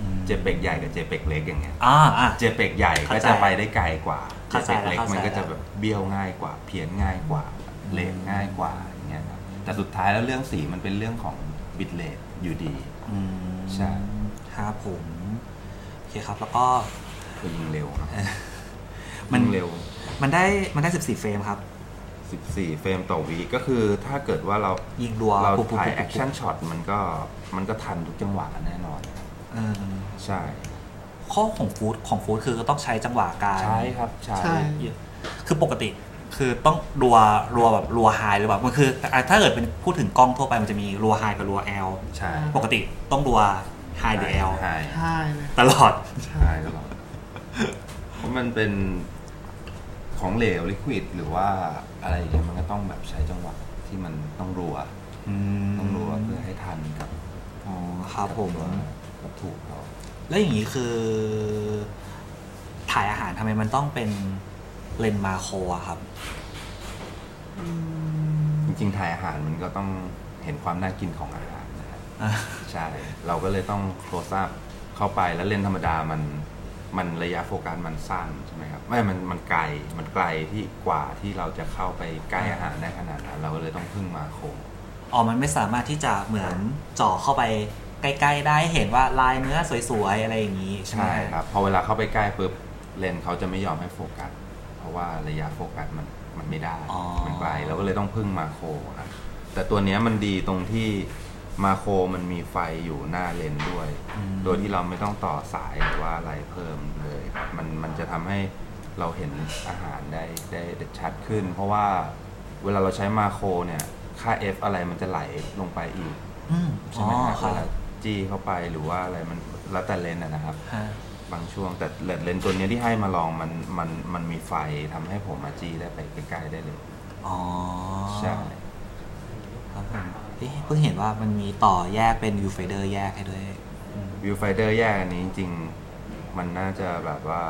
A: อืม
E: เจเปกใหญ่กับเจเปกเล็กอย่างเงี้ย
A: อ่าอ่ะ
E: เจเปกใหญ่ก็
A: เข้าใจ
E: จะไปได้ไกลกว่า เจ
A: เข้าใจ
E: เปกเล็ก
A: แล้ว
E: มันก็
A: เข้าใจ
E: จะแบบเบี้ยวง่ายกว่า เพี้ยนง่ายกว่าเลนง่ายกว่าอย่างเงี้ยครับแต่สุดท้ายแล้วเรื่องสีมันเป็นเรื่องของบิตเลทอยู่ดี
A: อืม
E: ใช่
A: ครับผมโอเคครับแล้วก็
E: คือยิงเร็วครับ
A: มัน
E: ยิงเร็ว
A: มันได้มันได้ 14 เฟรมครับ
E: 14 เฟรมต่อวีก็คือถ้าเกิดว่าเรา
A: ยิงรัว
E: เรา
A: ปุ๊บปุ๊บ
E: ถ่าย
A: ปุ๊บ
E: แอ
A: ปุ๊บ
E: คชั่นช็อตมันก็มันก็ทันทุกจังหวะแน่นอน
A: เออ
E: ใช่
A: ข้อของฟูดของฟูดคือต้องใช้จังหวะการ
E: ใช่ครับใช่
D: ใช่
A: คือปกติคือต้องรัวรัวแบบรัวไฮหรือแบบมันคืออ่ะถ้าเกิดเป็นพูดถึงกล้องทั่วไปมันจะมีรัวไฮกับรัวแอล
E: ใช่
A: ปกติต้องรัวไฮหรือแอล
E: ใช่
D: ใช่เลย
A: ตลอด
D: ใช่
E: ใช่ตลอดเพราะมันเป็นของเหลวลิควิดหรือว่าอะไรอย่างเงี้ยมันก็ต้องแบบใช้จังหวะที่มันต้องรัว ต้องรัวเพื่อให้ทันกับ
A: อ๋อครับผม
E: กับตัววัตถุเรา
A: แล้วอย่างนี้คือ ถ่ายอาหารทำไมมันต้องเป็นเลนส์มาโครอะครับ
E: จริงๆถ่ายอาหารมันก็ต้องเห็นความน่ากินของอาหารนะครับ ใช่ เราก็เลยต้องโคลซัพเข้าไปแล้วเล่นธรรมดามันมันระยะโฟกัสมันสั้นใช่ไหมครับ ไม่ มันมันไกล มันไกลที่กว่าที่เราจะเข้าไปใกล้อาหารได้ขนาดนั้น เราก็เลยต้องพึ่งมาโคง
A: อ๋อมันไม่สามารถที่จะเหมือนเจ่อเข้าไปใกล้ๆได้เห็นว่าลายเนื้อสวยๆ อะไรอย่างนี้ใช่ไหม
E: ใช่ครับ พอเวลาเข้าไปใกล้ปุ๊บเลนส์เขาจะไม่ยอมให้โฟกัส เพราะว่าระยะโฟกัสมันมันไม่ได้ มันไกลเราก็เลยต้องพึ่งมาโครครับแต่ตัวเนี้ยมันดีตรงที่มาโครมันมีไฟอยู่หน้าเลนส์ด้วย โดยที่เราไม่ต้องต่อสายหรือว่าอะไรเพิ่มเลยครับมันมันจะทำให้เราเห็นอาหารได้ได้ชัดขึ้น เพราะว่าเวลาเราใช้มาโครเนี่ยค่า f อะไรมันจะไหลลงไปอีก
A: อืม
E: ใช่
A: อ๋อ
E: ไหมค
A: ค
E: รับ
A: รั
E: เวลา
A: บ
E: จี้เข้าไปหรือว่าอะไรมันแล้วแต่เลนส์อะนะครับ
A: ฮะ
E: บางช่วงแต่เลนส์เลนส์ตัวเนี้ยที่ให้มาลองมันมันมันมีไฟทำให้ผมมาจี้ได้ไปใกล้ๆได้เลย
A: อ๋อ
E: ใช่
A: ครับผมเอ๊ะเพิ่งเห็นว่ามันมีต่อแยกเป็นยูไฟเดอร์แยกให้ด้วยอืม
E: วิวไฟเดอร์แยกอันนี้จริงๆ มันน่าจะแบบว่า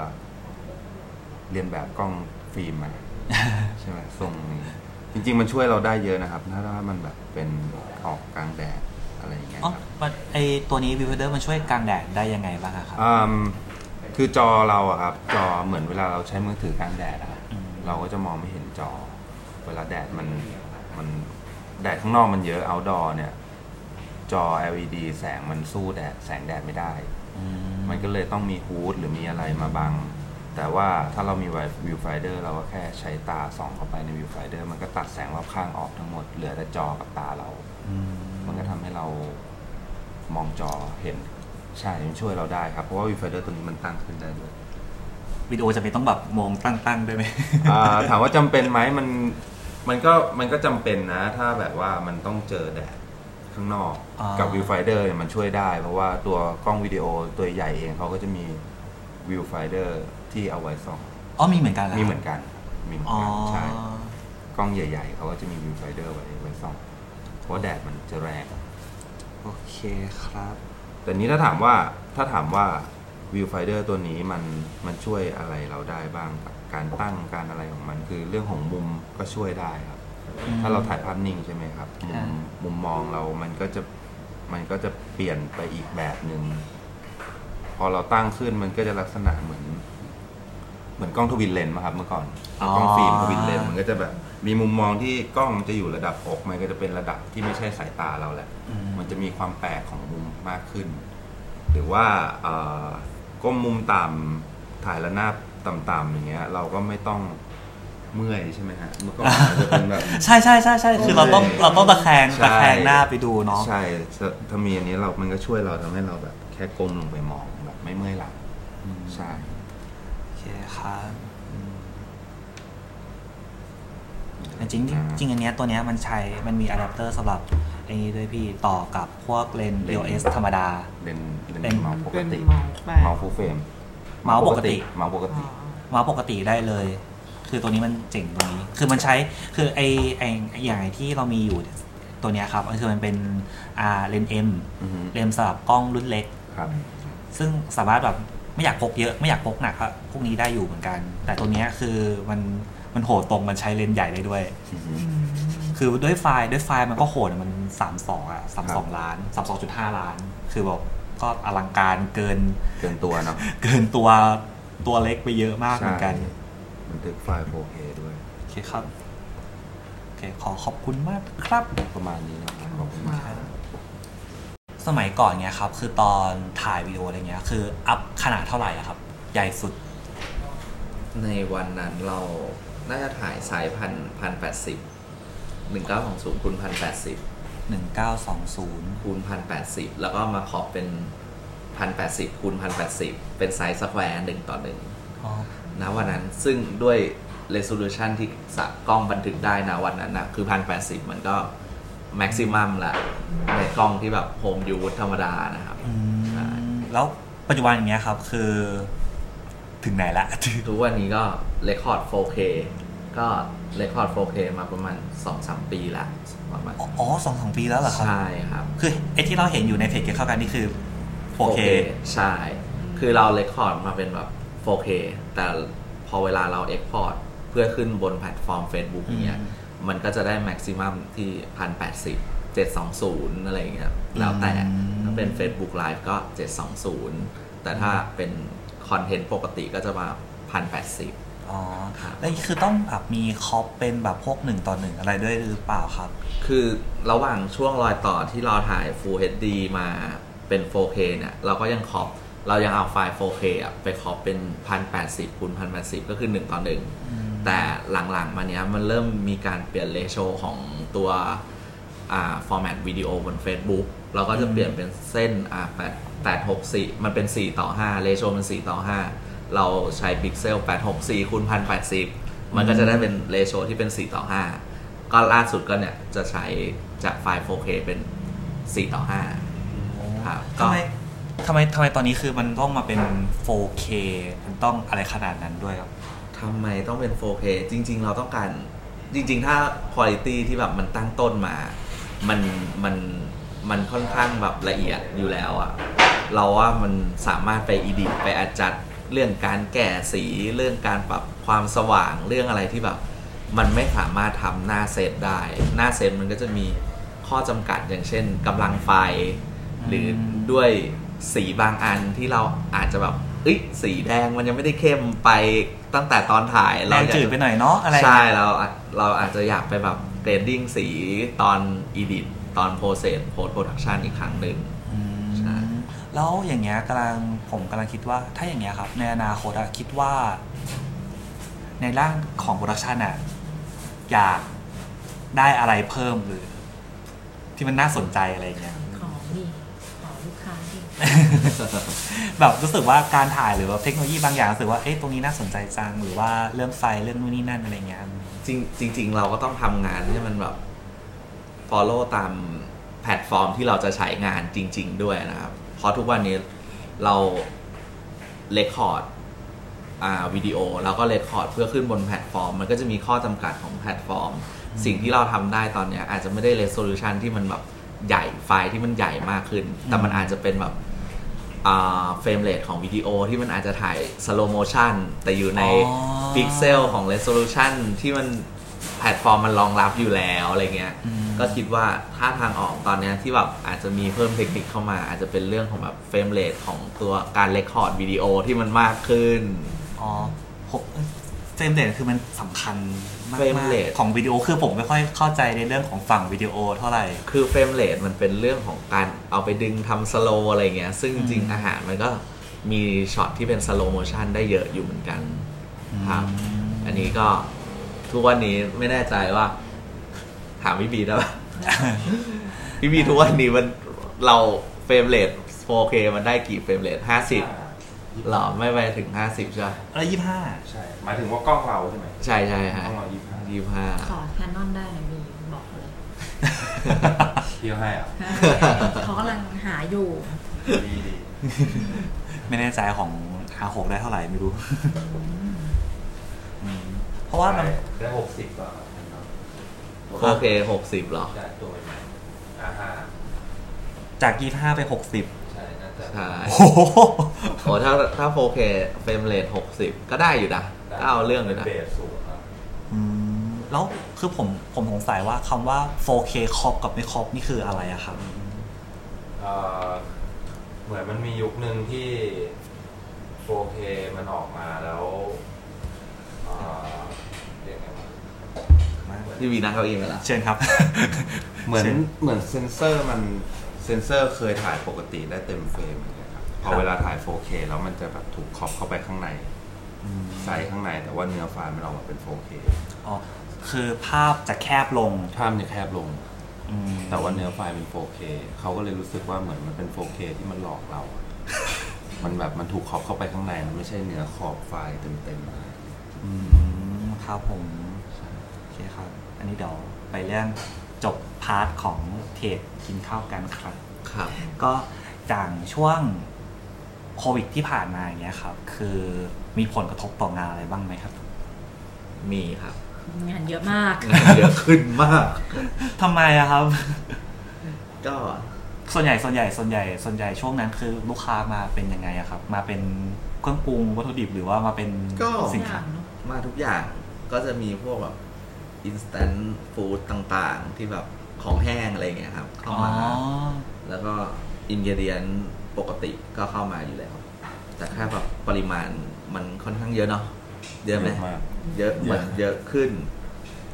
E: เรียนแบบกล้องฟิล์มมา ใช่ไหมทรงนี้ จริง ๆ มันช่วยเราได้เยอะนะครับ ถ้าถ้ามันแบบเป็นออกกลางแดดอะไรอย่างเงี้ย
A: อ๋อ
E: ครับ
A: มันไอตัวนี้วิวไฟเดอร์มันช่วยกลางแดดได้ยังไงบ้างอะครับ
E: อืมคือจอเราอะครับ จอเหมือนเวลาเราใช้มือถือกลางแดดอะครับ
A: อืม
E: เราก็จะมองไม่เห็นจอ เวลาแดดมันมันแดดข้างนอกมันเยอะ outdoor เนี่ย จอ LED แสงมันสู้แดดแสงแดดไม่ได้
A: มั
E: มัน นก็เลยต้องมีฮูดหรือมีอะไรมาบัง แต่ว่าถ้าเรามีวิวไฟเดอร์เราก็แค่ใช้ตาส่องเข้าไปในวิวไฟเดอร์มันก็ตัดแสงรอบข้างออกทั้งหมด เหลือแต่จอกับตาเรา มันก็ทำให้เรามองจอเห็นใช่มันช่วยเราได้ครับ เพราะว่าวิวไฟเดอร์ตัวนี้มันตั้งขึ้นได้ ด้วย
A: วิดีโอจะไม่ต้องแบบมองตั้งๆด้วยไหม
E: อ่าถามว่าจำเป็นไหมมันมันก็มันก็จำเป็นนะ ถ้าแบบว่ามันต้องเจอแดดข้างนอก
A: อ่ากั
E: กับวิวไฟเดอร์เนี่ยมันช่วยได้ เพราะว่าตัวกล้องวิดีโอตัวใหญ่เองเขาก็จะมีวิวไฟเดอร์ที่เอาไว้ส่อง
A: อ๋อมีเหมือนกันร
E: มีเหมือนกันมีเหมือน
A: อ๋อ
E: กันใช่ กล้องใหญ่ๆเขาก็จะมีวิวไฟเดอร์ไว้ไว้ส่องเพราะแดดมันจะแรง
A: โอเคครับ
E: แต่นี้ถ้าถามว่าถ้าถามว่าวิวไฟเดอร์ตัวนี้มันมันช่วยอะไรเราได้บ้างกับการตั้งการอะไรของมัน คือเรื่องของมุมก็ช่วยได้ครับ
A: อืม
E: ถ้าเราถ่ายภาพนิ่งใช่ไหมครับมุ
A: อ่า
E: มมุมมองเรามันก็จะมันก็จะเปลี่ยนไปอีกแบบหนึ่งพอเราตั้งขึ้นมันก็จะลักษณะเหมือน เหมือนกล้องทวินเลนส์มาครับ เมื่อก่อนกล้องฟิล์มทวินเลนส์มันก็จะแบบ มีมุมมองที่กล้องมันจะอยู่ระดับอกมันก็จะเป็นระดับที่ไม่ใช่สายตาเราแหละ
A: อืม
E: มันจะมีความแปลกของมุมมากขึ้น หรือว่าเอ่อก้มมุมต่ำถ่ายระนาบต่ำๆอย่างเงี้ย เราก็ไม่ต้องเมื่อยใช่ไหมฮะเมื่อก่อนมันจะเป็นแบบ
A: ใช่ใช่ใช่ใช่คือเราต้อง
E: โอเค
A: เราต้องตะแคง
E: ใช่
A: ตะแคงหน้าไปดูเนาะ
E: ใช่ถ้ามีอันนี้เรา มันก็ช่วยเราทำให้เราแบบ แค่ก้มลงไปมองแบบไม่เมื่อยหลัง
A: อืม
E: ใช่
A: โอเคครับอืมแต่จริงจริงอันเนี้ยตัวเนี้ยมันใช้มันมีอะแดปเตอร์สำหรับไอ้นี้ด้วยพี่ต่อกับพวกเลนส์
E: เลนส์
A: EOS ธรรมดา
E: เลนเลน
A: เป็น
E: เมาส์ปก
D: เป็น
E: ติ
D: เมาส์แปด
E: เมาส์ฟูลเฟรม
A: เมาส์ปกติ
E: เมาส์ปกติ
A: มาปกติได้เลย คือตัวนี้มันเจ๋งตรงนี้ คือมันใช้ คือไอไออย่างที่เรามีอยู่ตัวเนี้ยครับก็คือมันเป็นอ่าเลนเอ็ม
E: อือฮึ
A: เลนสำหรับกล้องรุ่นเล็ก
E: ครับ
A: ซึ่งสามารถแบบไม่อยากพกเยอะไม่อยากพกหนักอะพวกนี้ได้อยู่เหมือนกัน แต่ตัวเนี้ยคือมันมันโหดตรงมันใช้เลนส์ใหญ่ได้ด้วย คือด้วยไฟล์ด้วยไฟล์มันก็โหดอะมันสามสองอะสามสองล้านสามสองจุดห้าล้าน คือแบบก็ ก็อลังการเกิน
E: เกินตัวเนาะ
A: เกินตัวตัวเล็กไปเยอะมากเหมือนกัน
E: ใช่ บันทึกไฟล์ 4K ด้วย
A: โอเคครับ โอเค ขอขอบคุณมากครับ
E: ประมาณนี้นะครับขอบคุณมาก
A: สมัยก่อนเนี้ยครับ คือตอนถ่ายวิดีโออะไรเงี้ย คืออัพขนาดเท่าไหร่อะครับ ใหญ่สุด
C: ในวันนั้นเราน่าจะถ่ายสายพันพันแปดสิบหนึ่งเก้าของศูนย์คูณพันแปดสิบ
A: 1920
C: คูณพันแปดสิบแล้วก็มาขอบเป็นพันแปดสิบคูณพันแปดสิบเป็นไซส์สแควร์หนึ่งต่อหนึ่ง
A: อ๋อ
C: นะวันนั้นซึ่งด้วย resolution ที่สะกล้องบันทึกได้นะวันนั้นนะคือพันแปดสิบมันก็ maximum ละในกล้องที่แบบ home use ธรรมดานะครับ
A: อื
C: ใช่
A: ม แล้วปัจจุบันอย่างเงี้ยครับ คือ ถึงไหนละ
C: ทุกวันนี้ก็ record 4K ก็ record 4K มาประมาณ 2-3 ปีละประมาณ
A: อ๋อสองสองปีแล้วเหรอครับ
C: ใช่ครับ
A: คือไอ้ที่เราเห็นอยู่ในเพจเกี่ยวกับการนี่คือ 4K
C: ใช่ คือเราเรคคอร์ดมาเป็นแบบ 4K แต่พอเวลาเราเอ็กพอร์ตเพื่อขึ้นบนแพลตฟอร์ม Facebook เนี่ย มันก็จะได้แม็กซิมัมที่ 1080 720 อะไรอย่างเงี้ย แล้วแต่
A: อืม
C: ถ้าเป็น Facebook Live ก็ 720 แต่ถ้าเป็นคอนเทนต์ปกติก็จะมา 1080
A: อ๋อ
C: ครับ
A: แล้วนี่คือต้องแบบมีคอปเป็นแบบพวกหนึ่งต่อหนึ่งอะไรด้วยหรือเปล่าครับ
C: คือระหว่างช่วงรอยต่อที่เราถ่าย Full HD มาเป็น 4K เนี่ย เราก็ยังครอปเรายังเอาไฟล์ 4K อะไปครอปเป็น 1080คูณ1080 ก็คือ 1 ต่อ 1 แต่หลังๆ มาเนี้ยมันเริ่มมีการเปลี่ยนเลโชของตัวอ่าฟอร์แมตวิดีโอบน Facebook เราก็จะเปลี่ยนเป็นเส้นอ่า8 864 มันเป็น 4 ต่อ 5 เลโชมัน 4 ต่อ 5 เราใช้พิกเซล864คูณ1080 มันก็จะได้เป็นเลโชที่เป็น 4 ต่อ 5 ก็ล่าสุดก็เนี่ย จะใช้จากไฟล์ 4K เป็น 4 ต่อ 5 ครับก็
A: ทำไมทำไมทำไมตอนนี้คือมันต้องมาเป็น 4K มันต้องอะไรขนาดนั้นด้วยครับ
C: ทำไมต้องเป็น 4K จริง ๆ เราต้องการ จริง ๆ ถ้าคุณภาพที่แบบมันตั้งต้นมา มัน มัน มันค่อนข้างแบบละเอียดอยู่แล้วอะเราว่ามันสามารถไปอีดิไปอัดจัดเรื่องการแก่สี เรื่องการปรับความสว่าง เรื่องอะไรที่แบบ มันไม่สามารถทำหน้าเซตได้ หน้าเซตมันก็จะมีข้อจำกัดอย่างเช่นกำลังไฟ หรือด้วยสีบางอันที่เราอาจจะแบบเอ้ยสีแดงมันยังไม่ได้เข้มไปตั้งแต่ตอนถ่าย
A: แร
C: เรา
A: ง
C: อยาก
A: จืดไปหน่อยเนาะอะไร
C: ใช่เราเราอาจจะอยากไปแบบเกรดดิ้งสีตอนอีดิตตอนโปรเซสโพสโปรดักชันอีกครั้งหนึ่ง
A: อืม
C: ใช่
A: แล้วอย่างเงี้ยกำลังผมกำลังคิดว่า ถ้าอย่างเงี้ยครับ ในอนาคตอะคิดว่า ในร่างของโปรดักชันอะอยากได้อะไรเพิ่มหรือ ที่มันน่าสนใจอะไรอย่างเงี้ ย
B: ของดิของลูกค้าดิ
A: แบบรู้สึกว่าการถ่ายหรือว่าเทคโนโลยีบางอย่างรู้สึกว่าเอ๊ะตรงนี้น่าสนใจจังหรือว่าเรื่องไฟเรื่องนู่นนี่นั่นอะไรเงี้ย
C: จริงจริง ๆ เราก็ต้องทำงานให้มันแบบ follow ตามแพลตฟอร์มที่เราจะใช้งานจริง ๆ ด้วยนะครับ เพราะทุกวันนี้เราเลคคอร์ดอ่าวิดีโอแล้วก็เลคคอร์ดเพื่อขึ้นบนแพลตฟอร์ม มันก็จะมีข้อจำกัดของแพลตฟอร์ม สิ่งที่เราทำได้ตอนเนี้ยอาจจะไม่ได้ resolution ที่มันแบบใหญ่ไฟล์ที่มันใหญ่มากขึ้น แต่มันอาจจะเป็นแบบ เฟรมเรทของวิดีโอที่มันอาจจะถ่ายสโลโมชันแต่อยู่ใน
A: อ๋อ
C: พิกเซลของ Resolution ที่มันแพลตฟอร์มมันรองรับอยู่แล้วอะไรเงี้ย ก็คิดว่าถ้าทางออกตอนเนี้ยที่แบบอาจจะมีเพิ่มเทคนิคเข้ามา อาจจะเป็นเรื่องของแบบเฟรมเรทของตัวการเรคคอร์ดวิดีโอที่มันมากขึ้น
A: อ๋อผมเฟรมเรทคือมันสำคัญมาก
C: frame
A: ๆ
C: rate
A: ของวิดีโอคือผมไม่ค่อยเข้าใจในเรื่องของฝั่งวิดีโอเท่าไหร่
C: คือเฟรมเรทมันเป็นเรื่องของการเอาไปดึงทำสโลอะไรเงี้ย ซึ่งจริงๆอาหารมันก็มีช็อตที่เป็นสโลโมชันได้เยอะอยู่เหมือนกัน ครับ อันนี้ก็ทุกวันนี้ไม่แน่ใจว่า ถามพี่บีได้ปะ พี่บีทุกวันนี้มันเราเฟรมเรท 4K มันได้กี่เฟรมเรท50หรอไม่ไปถึง 50 ใช่ปะ
A: แล้วยี่ห้า
E: ใช่ หมายถึงว่ากล้องเราใช่ไหม
C: ใช่ใช่ฮะ
E: กล้องเรายี่สิบห้า
C: ยี่ห้า
B: ขอแคนนอนได้นะบีบอก เลย
E: เที่ยวให้เหรอ่ะ
B: เขากำลังหาอยู่
E: ดีดี
A: ไม่แน่ใจของ R6 ได้เท่าไหร่ไม่ รู้อืมเพราะว่ามัน
E: ได้หกสิบกว่าเนาะ
C: 4 k 60หรอ
E: ได้ตัวใหม่อาห้า
A: จากยี่ห้าไปหกสิบ
E: ใช่น่าจะ
C: ใช่
A: โอ้โห
C: โอ้ถ้าถ้า 4K เฟรมเรท60 ก็ได้อยู่นะก็เอาเรื่องอยู่นะ
E: เบสสูงครับ
A: อืมแล้วคือผมผมสงสัยว่าคำว่า 4K ครอบกับไม่ครอบนี่คืออะไรอะครับ
E: เอ่อ เหมือนมันมียุคหนึ่งที่ 4K มันออกมาแล้วเอ่อเรียกไงวะ
C: พี่วีนั่งเก้าอี้ไหมล่ะ
A: เชิญครับ
E: เหมือน
A: เช่น
E: เหมือนเซนเซอร์มันเซนเซอร์เคยถ่ายปกติได้เต็มเฟรมอย่างเงี้ยครับพอเวลาถ่าย 4K แล้วมันจะแบบถูกขอบเข้าไปข้างใน ใส่ข้างในแต่ว่าเนื้อไฟล์มันออกมาเป็น 4K
A: อ๋อคือภาพจะแคบลง
E: ภาพมันจะแคบลง
A: อืม
E: แต่ว่าเนื้อไฟล์เป็น 4K เขาก็เลยรู้สึกว่าเหมือนมันเป็น 4K ที่มันหลอกเรา อะมันแบบมันถูกขอบเข้าไปข้างใน มันไม่ใช่เนื้อขอบไฟล์เต็มๆอะไรอย่างเงี้ย
A: อืมครับผมโอเคครับ อันนี้เดี๋ยวไปเรื่องจบพาร์ทของเทปกินข้าวกันครับ
C: ครับ
A: ก็จากช่วงโควิดที่ผ่านมาอย่างเงี้ยครับ คือมีผลกระทบต่องานอะไรบ้างไหมครับ
C: มีครับ
B: งานเยอะมาก
C: งานเยอะขึ้นมาก
A: ทำไมอะครับ
C: ก็
A: ส่วนใหญ่ส่วนใหญ่ส่วนใหญ่ส่วนใหญ่ช่วงนั้นคือลูกค้ามาเป็นยังไงอะครับ มาเป็นเครื่องปรุงวัตถุดิบหรือว่ามาเป็น
C: ก็
A: สินค้า
C: มาทุกอย่างก็จะมีพวกแบบ instant food ต่างๆ ที่แบบของแห้งอะไรอย่างเงี้ยครับ เข้า
A: อ๋อ
C: มา แล้วก็อินเดียนปกติก็เข้ามาอยู่แล้ว แต่แค่แบบปริมาณมันค่อนข้างเยอะเนาะเยอะไหม
E: มาก
C: เยอะเหมือนเยอะขึ้น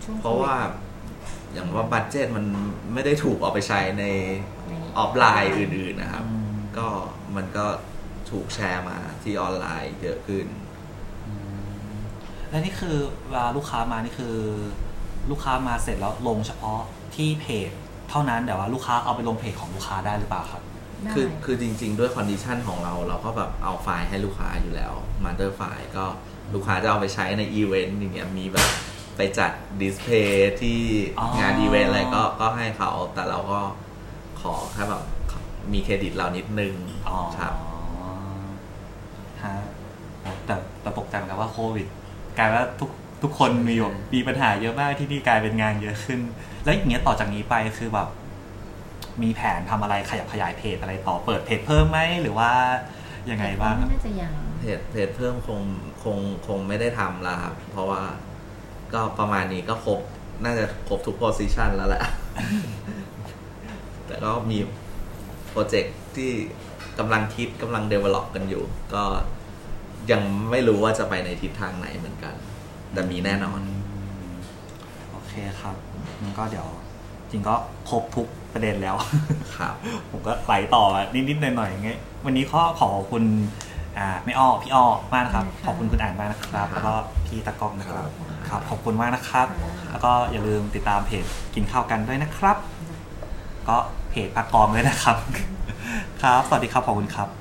B: ช่ง
C: เพราะว่าอย่างว่าบัตเจตมันไม่ได้ถูกเอาไปใช้ในออฟไลน์อื่นๆนะครับ
A: อืม
C: ก็มันก็ถูกแชร์มาที่ออนไลน์เยอะขึ้น
A: แล้วนี่คือเวลาลูกค้ามานี่คือ ลูกค้ามาเสร็จแล้วลงเฉพาะที่เพจ เท่านั้นแต่ว่าลูกค้าเอาไปลงเพจของลูกค้าได้หรือเปล่าครับ
B: ได้
C: คือคือจริง ๆ ด้วยคอนดิชันของเราเราก็แบบเอาไฟล์ให้ลูกค้าอยู่แล้วมาเตอร์ไฟล์ก็ลูกค้าจะเอาไปใช้ในอีเวนต์อย่างเงี้ยมีแบบไปจัดดิสเพลย์ที่
A: อ๋อ
C: งานอีเวนต์อะไรก็ก็ให้เขาแต่เราก็ขอแค่แบบมีเครดิตเรานิดนึง
A: อ๋อ
C: ครับ
A: ฮะโอ้แต่แต่ตกใจเหมือนกันว่าโควิด กลายว่าทุกทุกคนมีแบบมีปัญหาเยอะมากที่นี่กลายเป็นงานเยอะขึ้น แล้วอย่างเงี้ยต่อจากนี้ไปคือแบบ มีแผนทำอะไรขยับขยายเพจอะไรต่อเปิดเพจเพิ่มไหมหรือว่ายังไงบ้างครับ
B: น่าจะยัง
C: เพจเพจเพิ่มคงคงคงไม่ได้ทำแล้วครับ เพราะว่าก็ประมาณนี้ก็ครบ น่าจะครบทุกโพซิชันแล้วแหละ แต่ก็มีโปรเจกต์ที่กำลังคิดกำลัง develop กันอยู่ ก็ยังไม่รู้ว่าจะไปในทิศทางไหนเหมือนกัน แต่มีแน่นอน
A: มโอเคครับงั้นก็เดี๋ยว จริงก็ครบทุกประเด็นแล้ว
C: ครับ
A: ผมก็ไหลต่อนิดๆหน่อยๆอย่างเงี้ยวันนี้ก็ขอขอบคุณอ่าแม่อ้อพี่อ้อมากนะครับ
B: ค่ะ
A: ขอบคุณคุณอ่านมากนะครับ แล้วก็พี่ตะกล้องนะครับค
C: ครั
A: รับบ ขอบคุณมากนะครับ
B: ค่ะ
A: แล้วก็อย่าลืมติดตามเพจกินข้าวกันด้วย นะครับ ก็เพจพักกองเลยนะครับ ครับ สวัสดีครับขอบคุณครับ